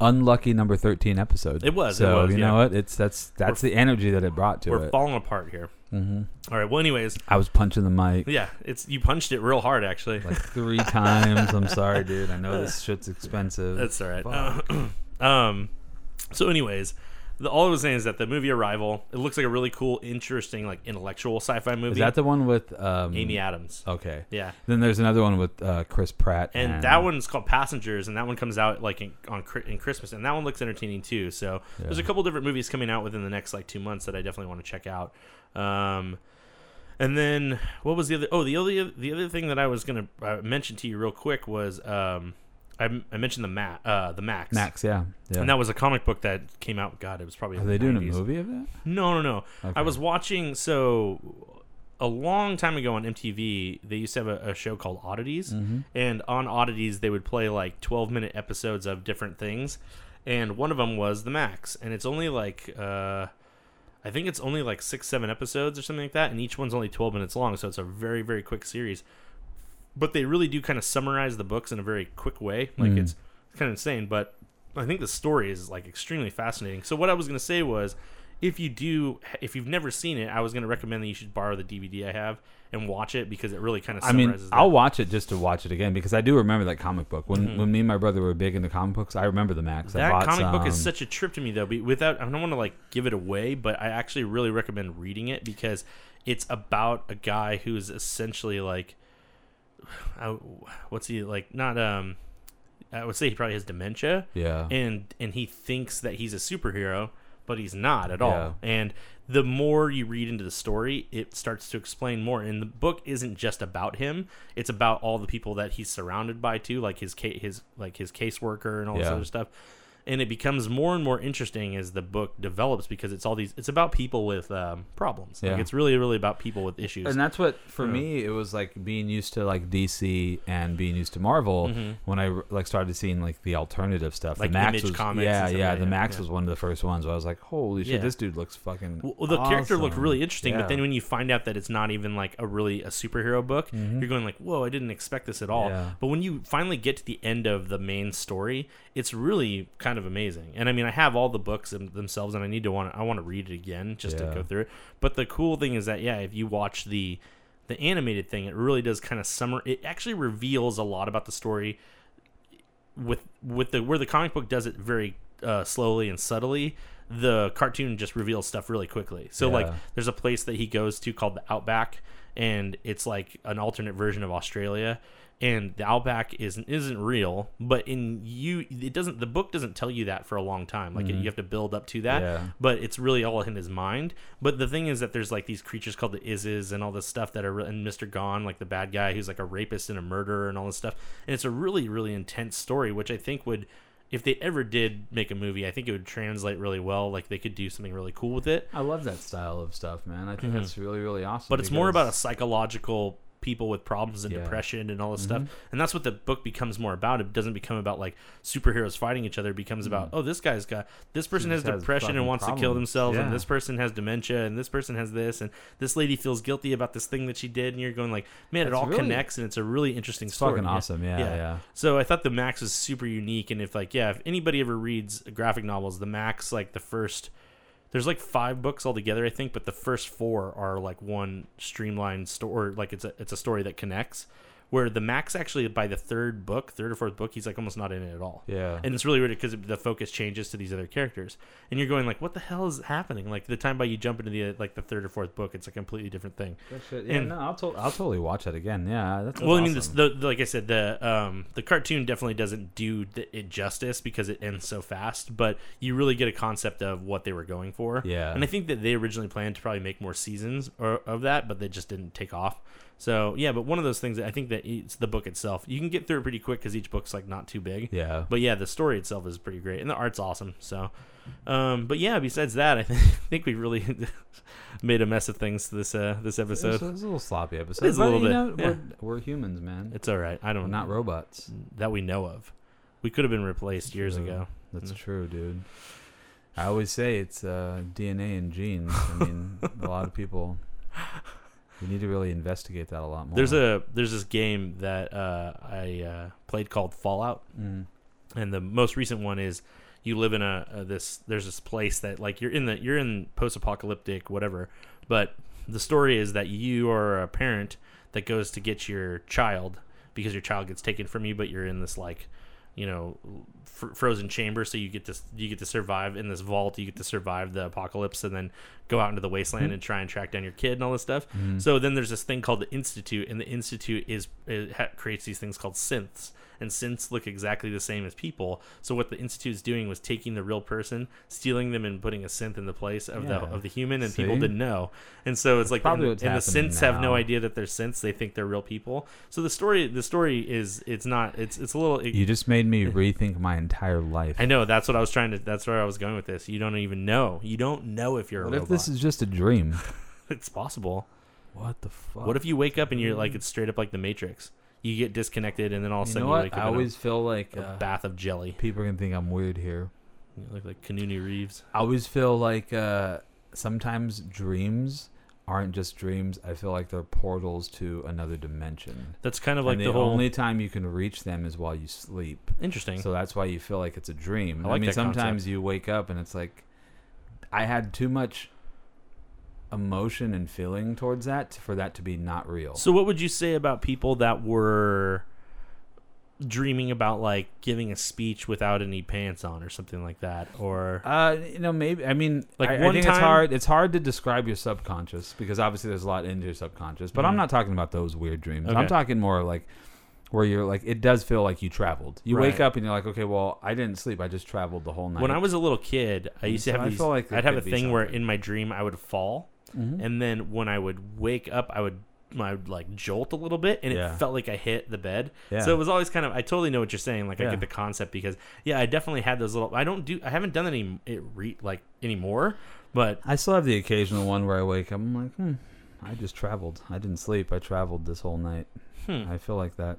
unlucky number 13 episode. It was, it So was, you yeah. know what? It's that's that's the energy that it brought to We're it. falling apart here. Mm-hmm. right. Well, anyways, I was punching the mic. yeah, it's you punched it real hard, actually. like three times. I'm sorry, dude. I know this shit's expensive. That's all right. Uh, um, so, anyways, the, all I was saying is that the movie Arrival. It looks like a really cool, interesting, like intellectual sci-fi movie. Is that the one with um, Amy Adams? Okay. Yeah. Then there's another one with uh, Chris Pratt. and that one's called Passengers, and that one comes out like in, on Chri- in Christmas, and that one looks entertaining too. So there's a couple different movies coming out within the next like two months that I definitely want to check out. Um, and then what was the other? Oh, the other the other thing that I was gonna uh, mention to you real quick was um, I, m- I mentioned the Ma- uh, the Max Max. Yeah. yeah. And that was a comic book that came out. God, it was probably. Are in they the doing 90s. a movie of it? No, no, no. I Okay. was watching so a long time ago on MTV. They used to have a, a show called Oddities, and on Oddities they would play like twelve minute episodes of different things, and one of them was the Max, and it's only like. Uh, I think it's only like six, seven episodes or something like that, and each one's only twelve minutes long, so it's a very, very quick series. But they really do kind of summarize the books in a very quick way. Mm. Like it's kind of insane, but I think the story is like extremely fascinating. So what I was gonna say was, if you do, if you've never seen it, I was gonna recommend that you should borrow the DVD I have and watch it because it really kind of I mean, summarizes. I'll watch it just to watch it again because I do remember that comic book. When when me and my brother were big into comic books, I remember the Max. I Mm-hmm. that bought comic book is some. such a trip to me though be- without i don't want to like give it away but i actually really recommend reading it because it's about a guy who's essentially like I- what's he like not um i would say he probably has dementia Yeah. and and he thinks that he's a superhero but he's not at all Yeah. and the more you read into the story it starts to explain more and the book isn't just about him it's about all the people that he's surrounded by too like his ca- his like his caseworker and all this Yeah. other stuff and it becomes more and more interesting as the book develops because it's all these it's about people with um, problems like Yeah. it's really really about people with issues and that's what for me it was like being used to like DC and being used to Marvel when I like started seeing like the alternative stuff. Mm-hmm. Like the Max Image was, Comics and yeah, stuff, yeah, yeah, The yeah, Max yeah. was one of the first ones where I was like, holy shit, Yeah. this dude looks fucking. Well, the character looked awesome. really interesting, but Yeah. then when you find out that it's not even like a really a superhero book, you're going like, "Whoa, I didn't expect this at all." Mm-hmm. Yeah. But when you finally get to the end of the main story, it's really kind of amazing. And I mean, I have all the books them- themselves, and I need to want I want to read it again just to Yeah. go through it. But the cool thing is that yeah, if you watch the the the animated thing, it really does kind of summer. It actually reveals a lot about the story. With with the where the comic book does it very uh, slowly and subtly, the cartoon just reveals stuff really quickly. So like, Yeah. there's a place that he goes to called the Outback, and it's like an alternate version of Australia. And the Outback isn't isn't real, but in you, it doesn't. The book doesn't tell you that for a long time. Like you have to build up to that Yeah. but it's really all in his mind. But the thing is that there's like these creatures called the Izzes and all this stuff that are re- and Mr. Gone, like the bad guy who's like a rapist and a murderer and all this stuff. And it's a really really intense story, which I think would, if they ever did make a movie, I think it would translate really well. Like they could do something really cool with it. I love that style of stuff, man. I think that's really, really awesome. Mm-hmm. But it's more about a because- psychological people with problems and Yeah. Mm-hmm. depression and all this stuff. And that's what the book becomes more about. It doesn't become about like superheroes fighting each other. It becomes about, oh, this guy's got this person has Mm. just has depression and fucking wants to kill problems. themselves Yeah. and this person has dementia and this person has this and this lady feels guilty about this thing that she did and you're going like, man, it It's all really- connects and it's a really interesting It's story. fucking awesome. Yeah, yeah. So I thought the Max was super unique, and if like yeah, if anybody ever reads graphic novels, the Max like the first, there's like five books altogether, I think, but the first four are like one streamlined story, like it's a it's a story that connects. Where the Max actually by the third book, third or fourth book, he's like almost not in it at all. Yeah. and it's really weird because the focus changes to these other characters, and you're going like, what the hell is happening? Like the time by you jump into the uh, like the third or fourth book, it's a completely different thing. That shit- yeah, and- no, I'll, to- I'll totally watch that again. Yeah, that's Well, I mean, this, awesome. the, the- like I said, the um, the cartoon definitely doesn't do th- it justice because it ends so fast. But you really get a concept of what they were going for. Yeah. and I think that they originally planned to probably make more seasons or, of that, but they just didn't take off. So yeah, but one of those things that I think that it's the book itself. You can get through it pretty quick because each book's like not too big. yeah. But yeah, the story itself is pretty great, and the art's awesome. So, um, but yeah, besides that, I, th- I think we really made a mess of things this uh this It was- episode. it was a little sloppy episode. is a but, little you bit, know, we're, we're humans, man. It's all right. I We're don't not robots. that we know of. We could have been replaced years true. ago. That's Mm. true, dude. I always say it's uh, DNA and genes. I mean, a lot of people. We need to really investigate that a lot more. There's a there's this game that uh, I uh, played called Fallout, Mm. and the most recent one is you live in a, a this there's this place that like you're in the you're in post apocalyptic whatever, but the story is that you are a parent that goes to get your child because your child gets taken from you, but you're in this like you know fr- frozen chamber so you get to you get to survive in this vault you get to survive the apocalypse and then go out into the wasteland and try and track down your kid and all this stuff so then there's this thing called the institute and the institute is it ha- creates these things called synths and synths look exactly the same as people so what the institute's doing was taking the real person stealing them and putting a synth in the place of the Yeah. of the human and people See? didn't know and so it's like probably and, what's and the happening synths have no now. idea that they're synths they think they're real people so the story the story is it's not it's it's a little it- You just made me rethink my entire life. I know that's what I was trying to. That's where I was going with this. You don't even know. You don't know if you're a What robot. if this is just a dream? it's possible. What the fuck? What if you wake up and you're like it's straight up like the Matrix? You get disconnected and then all of a You sudden know you, what? wake up I always feel like in a, a uh, bath of jelly. people are gonna think I'm weird here. You look like Kanuni Reeves. I always feel like uh, sometimes dreams aren't just dreams. I feel like they're portals to another dimension. That's kind of like and the, the, whole only time you can reach them is while you sleep. interesting. So that's why you feel like it's a dream. I I, like mean, that concept. sometimes you wake up and it's like, I had too much emotion and feeling towards that t- for that to be not real. So, what would you say about people that were dreaming about like giving a speech without any pants on or something like that? Or Uh, you know, maybe I mean, like Like, I, one I think it's time- hard. It's hard to describe your subconscious because obviously there's a lot into your subconscious. But I'm not talking about those weird dreams. Mm-hmm. Okay. I'm talking more like where you're like it does feel like you traveled. You wake Right. up and you're like, okay, well, I didn't sleep. I just traveled the whole night. when I was a little kid, I used to So have I these. feel like there I'd have a could be thing where something. Mm-hmm. in my dream I would fall, and then when I would wake up, I would my like jolt a little bit, and Yeah. it felt like I hit the bed. Yeah. So it was always kind of. I totally know what you're saying. Like I Yeah. get the concept because yeah, I definitely had those little. I don't do. I haven't done any it re, like anymore, but I still have the occasional one where I wake up. I'm like, hmm, I just traveled. I didn't sleep. I traveled this whole night. Hmm. I feel like that.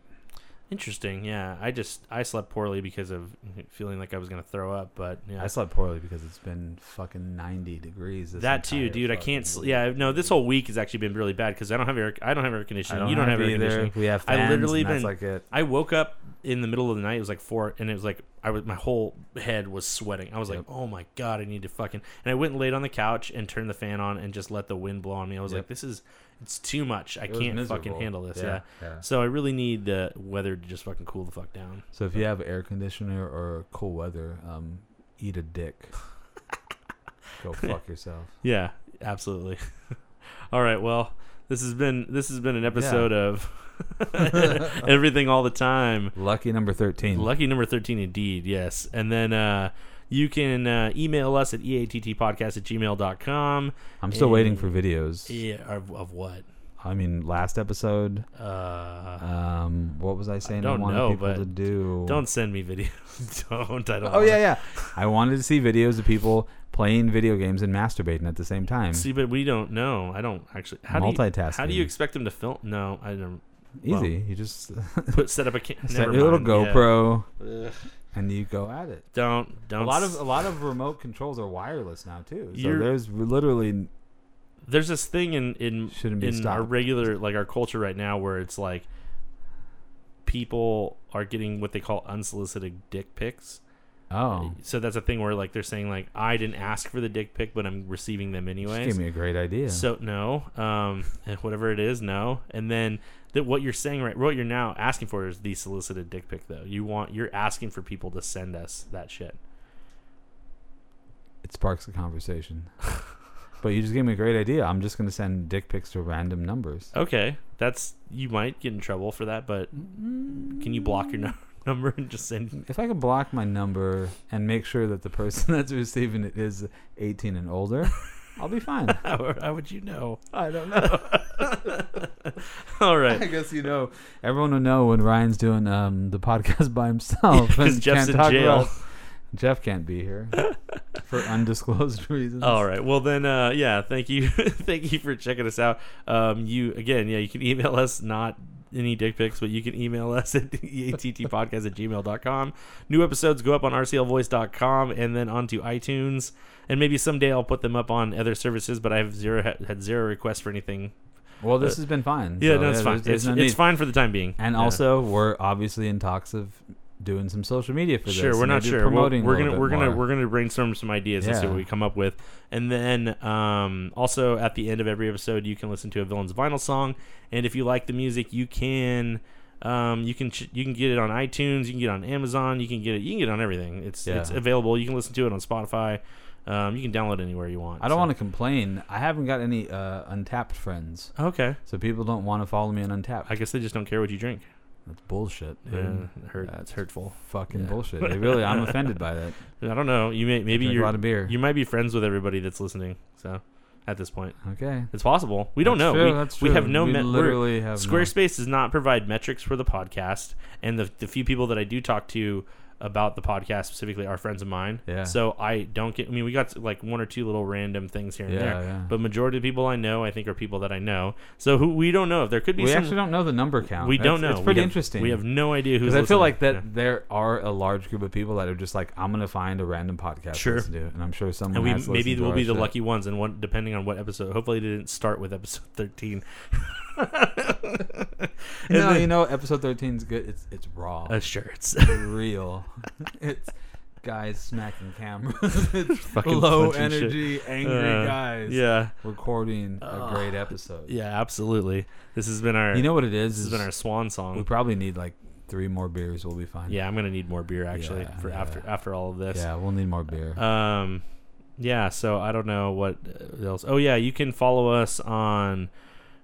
interesting. Yeah, I just I slept poorly because of feeling like I was gonna throw up. But yeah, I slept poorly because it's been fucking 90 degrees. This that too, entire dude. I fucking can't. Sl- week. yeah, no. This whole week has actually been really bad because I don't have air. I don't have air conditioning. you don't have, air either. conditioning. We have I fans. literally and that's been- like it. I woke up in the middle of the night. It was like four, and it was like I was my whole head was sweating. I was like, oh my god, I need to fucking. And I went and laid on the couch and turned the fan on and just let the wind blow on me. I was Yep. like, this is it's too much. I was can't fucking miserable. handle this. Yeah, Yeah, yeah. So I really need the weather to just fucking cool the fuck down. So if you have air conditioner or cool weather, um, eat a dick. Go fuck yourself. Yeah, absolutely. all right, well, this has been this has been an episode of everything all the time. Lucky number thirteen. Lucky number 13, indeed, yes. And then uh, you can uh, email us at eattpodcast at gmail.com. I'm still waiting for videos. Yeah, of, of what? I mean, last episode, Uh, um, what was I saying? don't wanted know, people but to do. don't send me videos. don't. I don't. Oh wanna- yeah, yeah. I wanted to see videos of people playing video games and masturbating at the same time. See, but we don't know. I don't actually. How Do you, how do Multitasking. you expect them to film? No, I don't. Easy. you just Put set up a camera. set your little GoPro and you go at it. Don't. Don't. A lot of a lot of remote controls are wireless now too. So You're- there's literally there's this thing in in Shouldn't be in our stopped. regular like our culture right now where it's like people are getting what they call unsolicited dick pics. oh, So that's a thing where like they're saying like I didn't ask for the dick pic, but I'm receiving them just anyways. gave me a great idea. So no, um, and whatever it is, no. And then that what you're saying right, what you're now asking for is the solicited dick pic though. You want you're asking for people to send us that shit. it sparks a conversation. but you just gave me a great idea. I'm just gonna send dick pics to random numbers. Okay, that's you might get in trouble for that, but Mm. can you block your nu- number and just send If I can block my number and make sure that the person that's receiving it is 18 and older, I'll be fine. How, how would you know? I don't know. All I right. guess you know. Everyone will know when Ryan's doing um, the podcast by himself. Because and Jeff's can't in talk jail. about- Jeff can't be here for undisclosed reasons. All right. Well then, uh, yeah. Thank you, thank you for checking us out. Um, you again, yeah. You can email us not any dick pics, but you can email us at E podcast at gmail.com. New episodes go up on rclvoice.com and then onto iTunes. And maybe someday I'll put them up on other services. But I have zero had zero requests for anything. Well, this has been fine. Uh, Yeah, so no, it's fine. there's- there's It's, no it's need. fine for the time being. And Yeah. also, we're obviously in talks of doing some social media for this. Sure, we're and not maybe sure. We're, Promoting we're a gonna little we're bit gonna more. we're gonna brainstorm some ideas and see Yeah. what we come up with. And then um, also at the end of every episode, you can listen to a villain's vinyl song. And if you like the music, you can um, you can ch- you can get it on iTunes. You can get it on Amazon. You can get it. You can get it on everything. It's Yeah. it's available. You can listen to it on Spotify. Um, you can download it anywhere you want. I don't want to complain. I haven't got any uh, untapped friends, to. Okay. so people don't want to follow me on untapped. I guess they just don't care what you drink. That's bullshit. dude. Yeah, hurt, it's That's hurtful. Fucking bullshit. It really, I'm offended by that. I don't know. You may maybe Drink a you're lot of beer. you might be friends with everybody that's listening. So at this point. Okay. It's possible. We don't That's know. true, we, that's we true. have no. We met. literally have no- Squarespace does not provide metrics for the podcast, and the the few people that I do talk to about the podcast specifically are friends of mine. Yeah. So I don't get. I mean, we got like one or two little random things here and Yeah, there, yeah. but majority of the people I know, I think, are people that I know. So who we don't know. There could be. We some, actually don't know the number count. We It's- don't know. It's We pretty have- interesting. We have no idea who's. because I feel listening. like that Yeah. there are a large group of people that are just like, I'm gonna find a random podcast Sure. to listen to, and I'm sure someone And we has maybe listened to we'll our be the shit. lucky ones, and one depending on what episode. Hopefully, they didn't start with episode thirteen. No, you know, episode 13 is good. It's it's raw, Uh, sure, it's real. it's guys smacking cameras. it's Fucking low punching shit. energy, angry Uh, guys. Yeah. recording a great episode. Yeah, absolutely. This has been our You know what it is? this has is been our swan song. we probably need like three more beers. We'll be fine. yeah, I'm gonna need more beer actually Yeah, for yeah. after after all of this. yeah, we'll need more beer. Um, yeah. So I don't know what else. Oh yeah, you can follow us on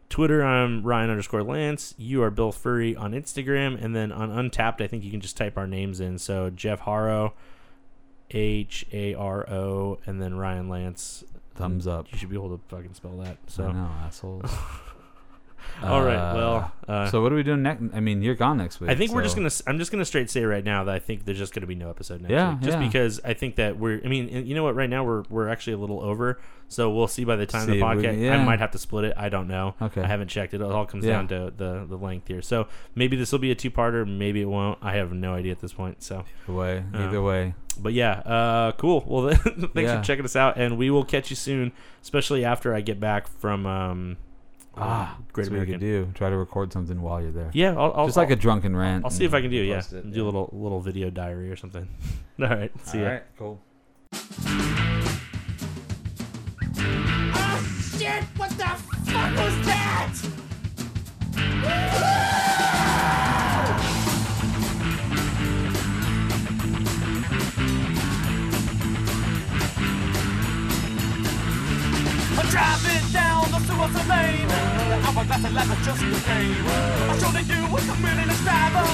Twitter. I'm Ryan underscore Lance. You are Bill Furry on Instagram, and then on Untapped, I think you can just type our names in. So Jeff Harrow, H A R O, and then Ryan Lance. Thumbs up. You should be able to fucking spell that. So I know, assholes. all right. Well, uh, so what are we doing next? I mean, you're gone next week. I think we're so- just gonna. s- I'm just gonna straight say right now that I think there's just gonna be no episode next Yeah, week, just yeah. because I think that we're. I mean, and you know what? Right now we're we're actually a little over, so we'll see by the time See, the we- podcast. I yeah. might have to split it. I don't know. Okay. I haven't checked it. It all comes Yeah. down to the the length here. So maybe this will be a two parter. Maybe it won't. I have no idea at this point. So, Either way, Oh. either way. but yeah, uh, cool. Well, then, thanks Yeah. for checking us out, and we will catch you soon, especially after I get back from um, Ah, Great that's what you American. could do. Try to record something while you're there. Yeah, I'll, I'll Just like I'll, a drunken rant. I'll see if I can do. Yeah, Mm-hmm. post it, do yeah. a little little video diary or something. All right, see ya. Alright, cool. Oh, Shit, what the fuck was that? I'm driving down the Suicide Lane. The hourglass of life is just the same. I showed it you with a meaningless driver.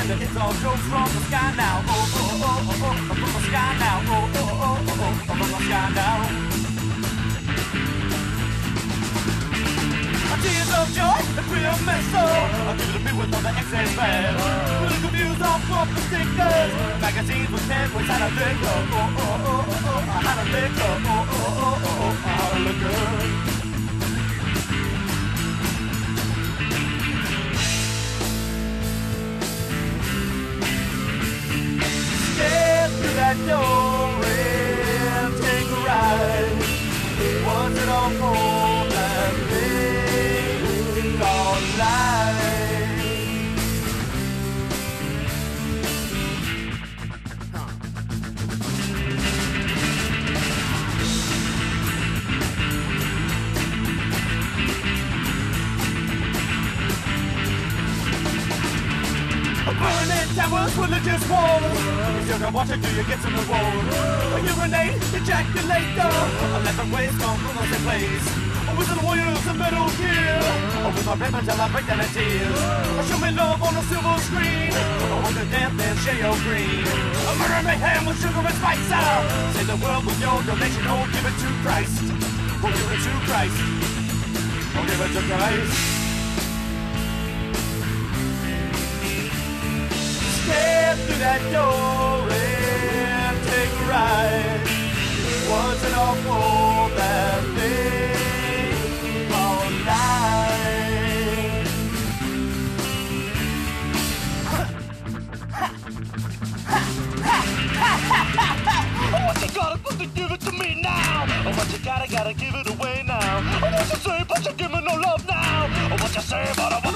And it's all jokes from the sky now. Oh, oh, oh, oh, oh, from the sky now. Oh, oh, oh, oh, oh, from the sky now. Tears of joy, the real mess up. I give it a bit with all the excess fans. Political views off of the stickers. Magazines with ten boys out of liquor. Oh, oh, oh, oh, oh, I had a liquor. Oh, oh, oh, oh, oh, I had a liquor. Step through that door and take a ride. Was it all for that big all night? Burning towers, religious walls. You can watch it, do you get some reward? Urinate, ejaculate, uh, the eleven ways gone from us in place. With the warriors of metal gear, oh, with my ribbon till I break down in tears. Show me love on a silver screen, oh, with the damn man J.O. Green. A murder mayhem with sugar and spice. ah. Save the world with your donation, oh, give it to Christ. Oh, give it to Christ. Oh, give it to Christ. step through that door and take a ride. Was it all for that thing all night? Oh, what you gotta fucking give it to me now. Oh, what you gotta gotta give it away now. Oh, what you say, but you give me no love now. Oh, what you say, but I